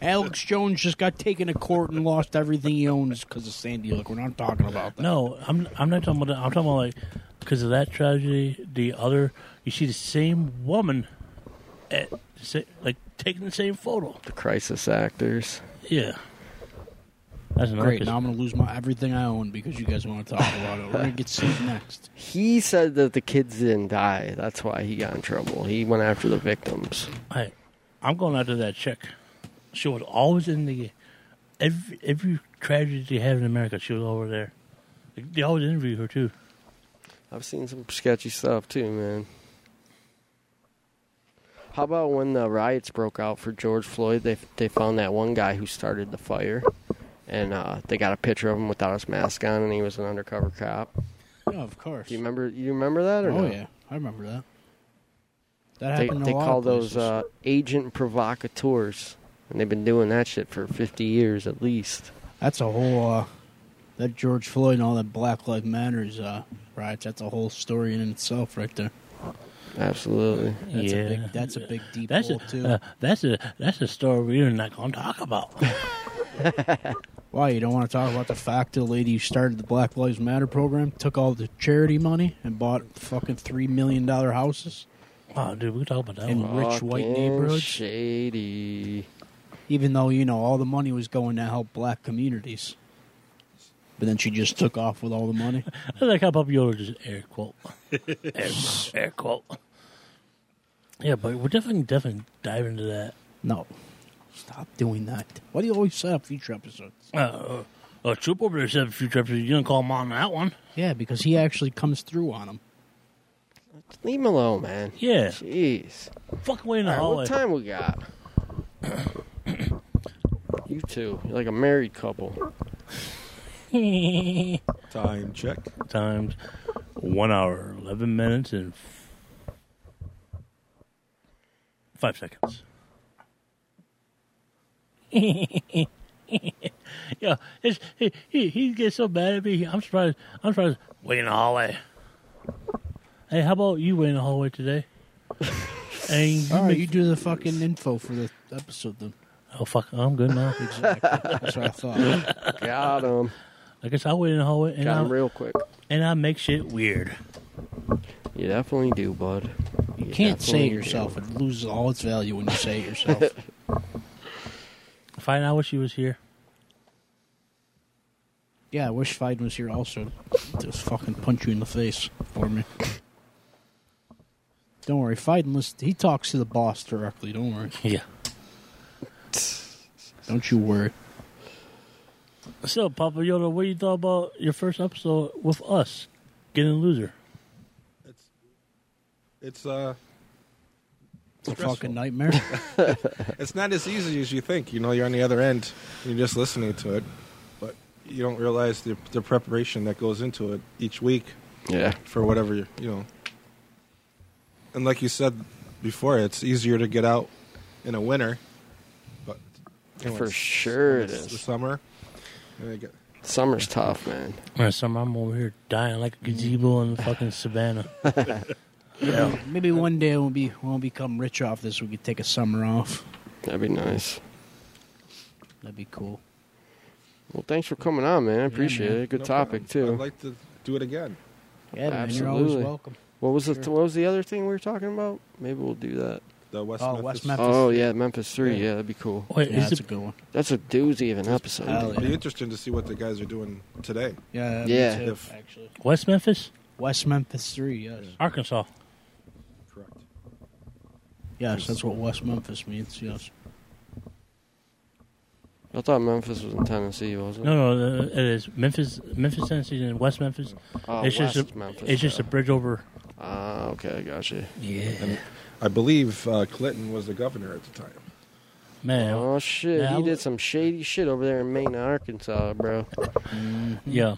Alex Jones just got taken to court and lost everything he owns because of Sandy Hook. We're not talking about that. No, I'm I'm not talking about that. I'm talking about like because of that tragedy. The other, you see the same woman at, sa- like taking the same photo. The crisis actors. Yeah, that's another Great. good- Now I'm going to lose my everything I own because you guys want to talk about it. We're going to get sued next. He said that the kids didn't die. That's why he got in trouble. He went after the victims. Hey, I'm going after that chick. She was always in the every every tragedy they have in America. She was over there. Like, They always interview her too. I've seen some sketchy stuff too, man. How about when the riots broke out for George Floyd? They they found that one guy who started the fire, and uh, they got a picture of him without his mask on, and he was an undercover cop. No, of course. Do you remember? You remember that or oh, no? yeah. I remember that. That They, happened in they a lot call of those places. uh, agent provocateurs, and they've been doing that shit for fifty years at least. That's a whole. Uh, that George Floyd and all that Black Lives Matters uh, riots. That's a whole story in itself, right there. Absolutely. That's yeah, a big. That's a big deep That's a, hole Oh, too. uh, that's a that's a story we're not going to talk about. Why you don't want to talk about the fact the lady who started the Black Lives Matter program took all the charity money and bought fucking three million dollar houses? wow, dude, we can talk about that And one. rich white Fucking neighborhoods? Shady. Even though you know all the money was going to help black communities, but then she just took off with all the money. I like how Bob Yoder just air quote, air, air quote. Yeah, but we're definitely definitely dive into that. No, stop doing that. Why do you always set up future episodes? Uh, uh, Troop over there said a few trips. You didn't call him on that one. Yeah, because he actually comes through on them. Leave him alone, man. Yeah. Jeez. Fuck away in the All hallway. right, what time we got? you two, you're like a married couple. Time check. Times one hour, eleven minutes, and f- five seconds. yeah, it's, he, he he gets so bad at me. I'm surprised. I'm surprised. Way in the hallway. Hey, how about you way in the hallway today? and you All right, make- you do the fucking info for the episode then. oh fuck, I'm good now. Exactly. That's what I thought. Got him. I guess I wait in the hallway and Got I, him real quick. and I make shit weird. You definitely do, bud. You can't say it definitely yourself. do. It loses all its value when you say it yourself. Fine, I wish she was here. Yeah, I wish Fide was here also. Just fucking punch you in the face for me. Don't worry, Fide listen, he talks to the boss directly. Don't worry. Yeah. Don't you worry. So, Papa Yoda, what do you thought about your first episode with us, getting a loser? It's it's uh It's a Stressful. fucking nightmare. it's not as easy as you think. You know, you're on the other end. You're just listening to it, but you don't realize the the preparation that goes into it each week Yeah. for whatever you you know. And like you said before, it's easier to get out in a winter, but you know, For it's- sure it it's is. the summer. And I get, Summer's tough, man. Or something, I'm over here dying like a gazebo in the fucking savannah. yeah. Maybe one day we'll be we'll become rich off this. We could take a summer off. That'd be nice. That'd be cool. Well, thanks for coming on, man. I appreciate it. Good no topic problem. too. I'd like to do it again. Yeah, man, you're always Absolutely. welcome. what was the What was the other thing we were talking about? Maybe we'll do that. The West Oh, Memphis. West Memphis. Oh yeah, Memphis Three. Yeah. Yeah, that'd be cool. Wait, Yeah, is that's it, a good one. That's a doozy of an episode. Hell It'd be yeah. interesting to see what the guys are doing today. Yeah, me Yeah. too, If- actually. West Memphis, West Memphis 3, yes. Arkansas? Correct. Yes, that's what West Memphis means, yes. I thought Memphis was in Tennessee, wasn't it? No, no, uh, it is Memphis, Memphis, Tennessee, and West Memphis. Oh, it's West just a, Memphis. it's just a bridge over. Ah, okay, gotcha. Yeah, I believe uh, Clinton was the governor at the time. man. Oh shit, Yeah, I he w- did some shady shit over there in Maine, Arkansas, bro. Yeah,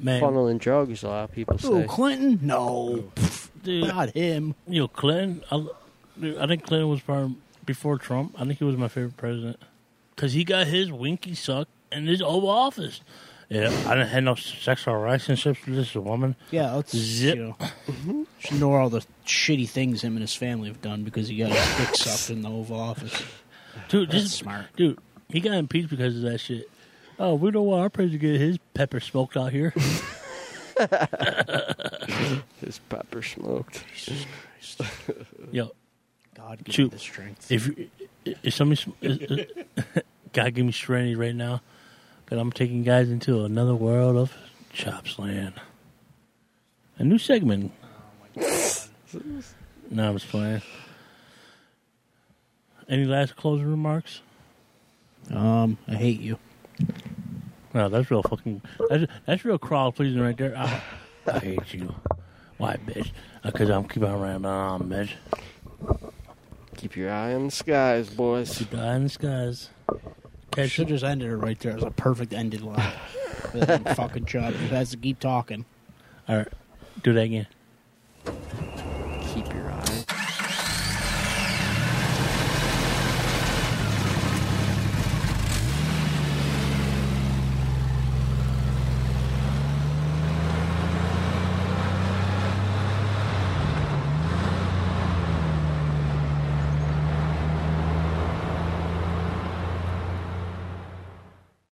man. Funneling drugs, a lot of people Oh, say. Clinton? No. Pff, Dude, Not him. you know Clinton. I, dude, I think Clinton was probably before Trump. I think he was my favorite president because he got his winky sucked in his Oval Office. Yeah, I didn't have no sexual relationships with this woman. Yeah, let's Zip. You know, just ignore all the shitty things him and his family have done because he got his dick sucked in the Oval Office. Dude, That's this, smart. Dude, he got impeached because of that shit. Oh, we don't want our president to get his pepper smoked out here. His pepper smoked. Yo, God give me Shoot. the strength. If if somebody, God give me serenity right now, that I'm taking guys into another world of chops land. A new segment. no, I was playing. Any last closing remarks? um, I hate you. No, that's real fucking. That's, that's real crowd pleasing right there. I, I hate you. Why, bitch? Because I'm keep on rambling on, bitch. Keep your eye on the skies, boys. Keep the eye in the skies. I Catch should just ended it right there. It was a perfect ended line. for that little fucking job. He has to keep talking. All right, do that again. Keep your eye.